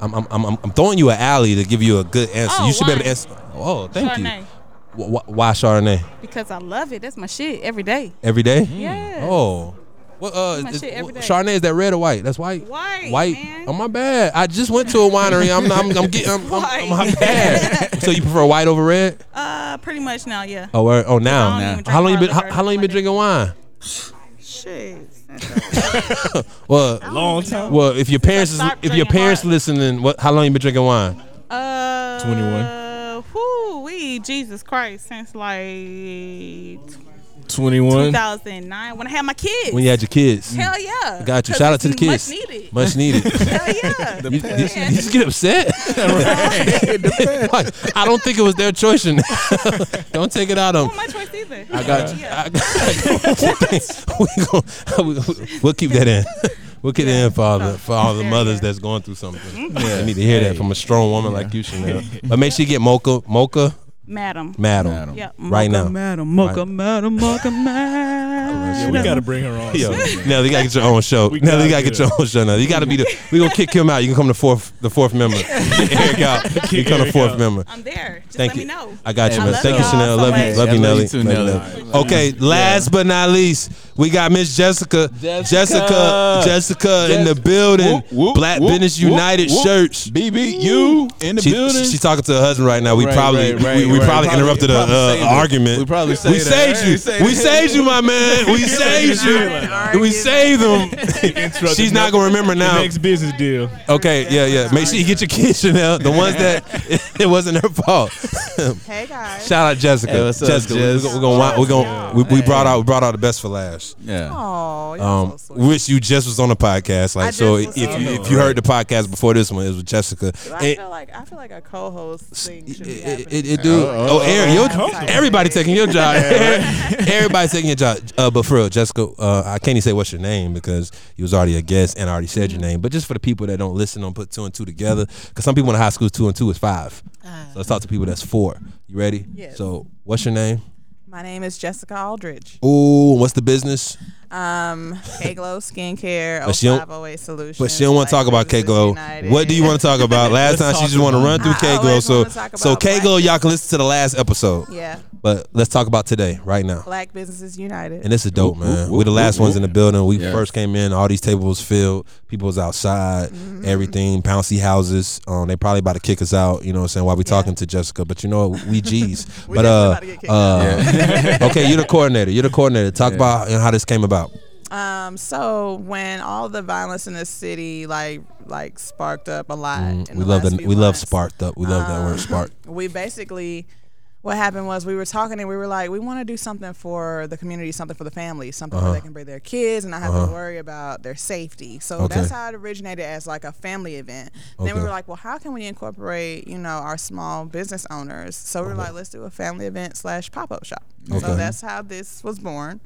I'm I'm I'm, I'm throwing you an alley to give you a good answer. Oh, you should be able to wine. answer. Oh, thank Chardonnay. you. Wh- wh- Why Chardonnay? Because I love it. That's my shit every day. Every day? Mm. Yes. Oh. What uh That's my is, shit every what- day. Chardonnay is that red or white? That's white. White, White. Oh my bad. I just went to a winery. I'm I'm, I'm getting I'm, I'm, I'm- my bad. so you prefer white over red? Uh, pretty much now, yeah. Oh, where, oh now. I don't even drink How long you been hardly how, how long you been drinking wine? Shit. Well, A long time. Well, if your parents is, stopped if your drinking parents listening, what how long you been drinking wine? Uh, 21. uh, whoo, we Jesus Christ since like 21. 2009 when I had my kids. When you had your kids. Mm. Hell yeah. Got you. 'Cause Shout out it's to the kids. Much needed. Much needed. Hell yeah. you, you- you just get upset. Like, I don't think it was their choice. and- don't take it out on. my choice either. I got you. I got- we gon- we gon- we'll keep that in. We'll keep that in for all the, for all the mothers that's going through something. Mhm. Mm-hmm. They need to hear that Hey. from a strong woman like you, Chanel. But make sure you get mocha, mocha, Madam. madam, Yep. right now. Madam, Right- mocha, madam, mocha, madam. Yeah, we gotta bring her on. Yo, Nelly, you gotta get your own show. We Nelly, you gotta gotta get do your own show. Now you gotta be the. We gonna kick him out. You can come the fourth, the fourth member. Get Eric out. You come the Eric fourth out. member. I'm there. Just Thank let you. me know. I got you, I man. love Thank you, y'all Chanel. so love you, much. love I you, love Nelly. you too, Love you, Nelly. Nelly. Okay, last but not least, we got Miss Jessica. Jessica, Jessica, Jessica. in the building. Whoop, whoop, Black whoop, Business whoop, United whoop. shirts. BBU in the She- building. She's talking to her husband right now. We Right, probably right, right, we, we right. probably, Probably- interrupted probably an saved it. argument. We probably we saved that. saved Hey, you. saved we it. saved you, my man. We saved you. We saved him. She's not gonna remember now. Next business deal. Okay, yeah, yeah. Make sure you get your kids, Chanel. The ones that it wasn't her fault. Hey guys. Shout out Jessica. Hey, what's up, Jessica, Jess? we're gonna we're gonna we, we brought out we brought out the best for last. Yeah. Aw, Um, wish you just was on the podcast. Like, I so just if was you, on it. if you heard the podcast before this one, it was with Jessica. I feel like I feel like a co-host thing should be happening. It, it do. Oh, Oh, oh, Aaron, oh, your- oh, oh. everybody taking your job. everybody taking your job. Uh, but for real, Jessica, uh, I can't even say what's your name because you was already a guest and I already said Mm-hmm. your name. But just for the people that don't listen, don't put two and two together because some people in high school two and two is five. so let's talk to people that's four. You ready? Yes. So what's your name? My name is Jessica Aldridge. Ooh, what's the business? Um, K Glow Skincare, But she don't- 0508 Solutions. But she don't want to talk about K Glow. What do you want to talk about? Last time she just want to run through K Glow. So so K Glow, y'all can listen to the last episode. Yeah. But let's talk about today, right now. Black Businesses United. And this is dope, man. We're the last ones in the building. We first came in, all these tables was filled, people was outside, Mm-hmm. everything, bouncy houses. Um, they probably about to kick us out, you know what I'm saying, while we talking to Jessica. But you know what? We G's. but uh, uh Okay, you're the coordinator. You're the coordinator. Talk about you know, how this came about. Um, so when all the violence in the city like like sparked up a lot, Mm, Uh, in we the love last the few we love months, sparked up. We love that um, word sparked. We basically what happened was we were talking and we were like, we want to do something for the community, something for the families, something Uh-huh. where they can bring their kids and not have Uh-huh. to worry about their safety. So Okay. that's how it originated as like a family event. Then we Okay. were like, well, how can we incorporate, you know, our small business owners? So Uh-huh. we were like, let's do a family event slash pop up shop. Okay. So that's how this was born.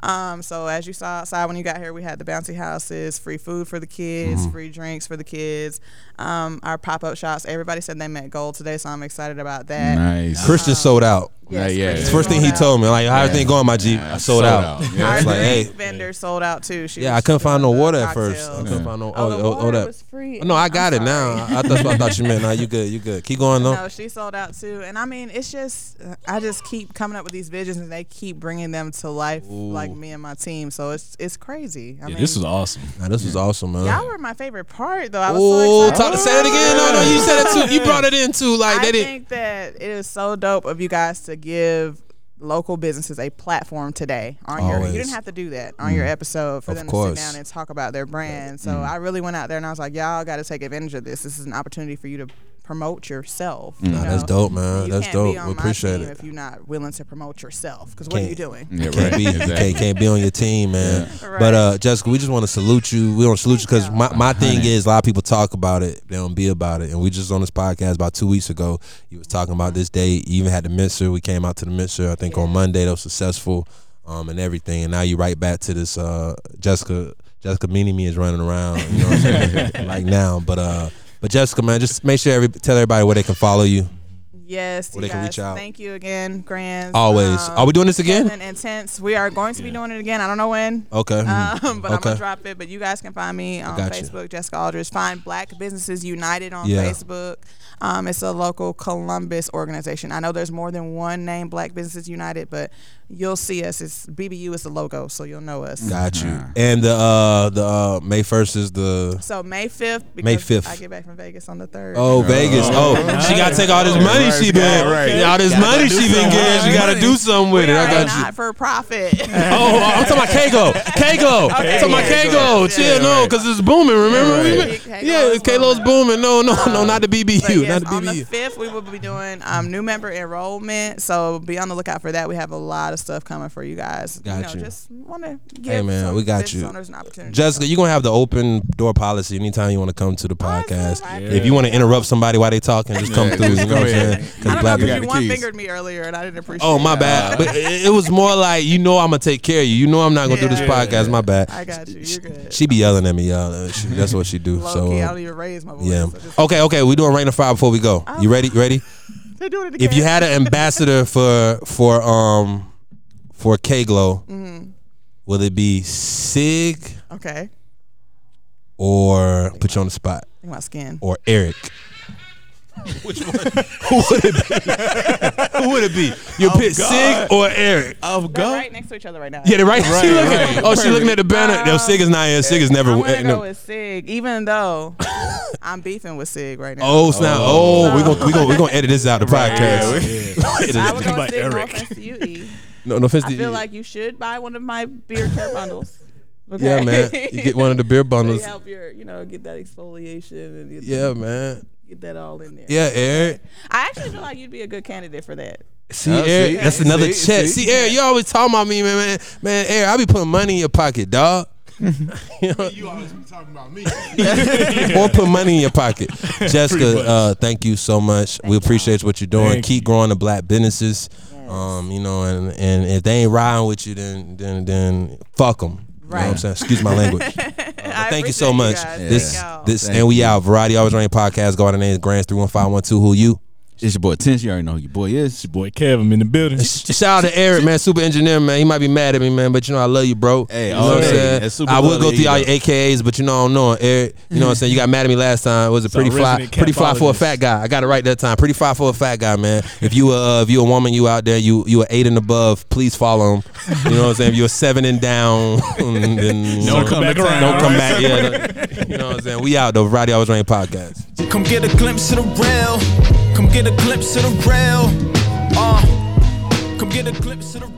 Um, so as you saw outside when you got here, we had the bouncy houses, free food for the kids, Mm-hmm. Mhm. free drinks for the kids, um, our pop up shops. Everybody said they met gold today, so I'm excited about that. Uh, Christian sold out. Yeah, yeah. It's the first thing he told me. Like, how everything going, my Jeep? I sold, sold out. out. I Our was like, drinks hey. vendor sold out too. She yeah, was- I couldn't find no water at first. I couldn't Yeah. find no. Oh, Oh, the oh, oh, water that. was free. No, I got it now. I, I that's what I thought you meant. Now you good. You good. Keep going though. No, she sold out too. And I mean, it's just uh, I just keep coming up with these visions, and they keep bringing them to life, like me and my team. So it's it's crazy. I mean, was awesome. Nah, this was awesome, man. y'all were my favorite part, though. I was so Oh, excited. talk, say it again. No, no, you said it too. You brought it in too. Like I they didn't. think that it is so dope of you guys to give local businesses a platform today on your. Always. You didn't have to do that on Mm. your episode for Of them to course. sit down and talk about their brand. So Mm. I really went out there and I was like, y'all got to take advantage of this. This is an opportunity for you to promote yourself. you Mm. Nah, that's know? dope, man. You That's can't dope. Be on We my appreciate team it. If you're not willing to promote yourself, because what are you doing? You can't be, you can't, can't be on your team, man. But uh, Jessica, we just want to salute you. We don't salute you because my, my thing is a lot of people talk about it, they don't be about it. And we just on this podcast about two weeks ago. You was talking about this day. You even had the mincer. We came out to the mincer. I think on Monday that was successful, um, and everything. And now you right back to this. Uh, Jessica, Jessica Meanie Me is running around. You know what I'm saying? like now, but uh, but Jessica, man, just make sure every tell everybody where they can follow you. Yes, Or you they can guys. reach out. Thank you again, Grants. Always. uh, Are we doing this again? Kevin and Tense. We are going to be doing it again. I don't know when. Okay. Mm-hmm. Um, but I'm Okay. gonna drop it. But you guys can find me on got you. Facebook, Jessica Aldridge. Find Black Businesses United on Yeah. Facebook. Um, it's a local Columbus organization. I know there's more than one name, Black Businesses United, but you'll see us. It's BBU is the logo, so you'll know us. Got you. And the uh, the uh, May first is the So uh, May fifth. May 5th. I get back from Vegas on the third. Oh, Vegas. Oh, she got to take all this money she been, all this money she been getting. She got to do something with it. I got you. Not for profit. Oh, I'm talking about Kago. Kago. I'm talking about Kago. Chill, no, because it's booming. Remember? Yeah, Yeah, right. yeah it's Kalo's booming. No, no, no, not the BBU, yes, not the on the BBU. fifth, we will be doing um, new member enrollment. So be on the lookout for that. We have a lot of stuff coming for you guys. Got know, you. Just want to give Hey man, some we got business you. owners an opportunity. Jessica, you're gonna have the open door policy anytime you want to come to the podcast. Yeah. If you want to interrupt somebody while they talking, just come Yeah, through. just You know go what I'm ahead. saying? 'Cause I don't black know if people- You one fingered me earlier, and I didn't appreciate. Oh my bad, but it, it was more like you know I'm gonna take care of you. You know I'm not gonna do this Yeah. podcast. My bad. I got you. You're good. She be yelling at me, y'all. Uh, she- that's what she do. Low so key, I uh, don't even raise my voice. yeah. Okay, okay. We doing rain or fire before we go. You ready? You ready? They're doing it again. If you had an ambassador for for um for K Glow, Mhm. will it be Sig Okay. or put you on the spot? Think about skin. Or Eric. Which one? Who would it be? Who would it be? You Oh, pick God. Sig or Eric? Of God. Right next to each other right now. Yeah, they right. she looking, right. Oh, she looking at the banner. no, Sig is not here. Sig is never. I'm gonna eh, go no. with Sig, even though I'm beefing with Sig right now. Oh snap! Oh, we gonna we gonna we gonna edit this out the podcast. Edit I it. was gonna say no offense to you, E. No, no offense I to feel you. like you should buy one of my beer care bundles. Yeah, man. You get one of the beer bundles. They help your, you know, get that exfoliation and get Yeah, man. Get that all in there. Yeah, Eric. I actually feel like you'd be a good candidate for that. See, Eric, that's another check. See, Eric, you always talking about me, man, man, man. Eric, I be putting money in your pocket, dog. You always be talking about me. or put money in your pocket. Pretty Jessica, much. uh, thank you so much. we appreciate what you're doing. Thank Keep growing the black businesses. Um, you know, and, and if they ain't riding with you, then then then fuck them. You know what I'm Right. saying? Excuse my language. Uh, but thank you so much. guys. This Thank y'all. this Thank and we you. out. Variety Always Rain podcast. Go out and name Grants three one five one two. Who you? It's your boy Tense. You already know who your boy is. It's your boy Kevin in the building. Shout out to Eric, man, super engineer, man. He might be mad at me, man, but you know I love you, bro. Hey, you know all what I'm day. saying? oh, That's super I would love go to through you, all your though. AKAs, but you know I don't know him. Eric. You know what I'm saying? You got mad at me last time. It was a pretty fly, resident pretty fly for a fat guy. I got it right that time. Pretty fly for a fat guy, man. If you a uh, if you a woman, you out there, you you are eight and above, please follow him. You know what I'm saying? If you're seven and down, then Don't come back around. Don't come back. Right? Yeah, you know what I'm saying? We out though. Variety Always Rain podcast. Come get a glimpse of the real. Come get a glimpse of the real. Uh, come get a glimpse of the real.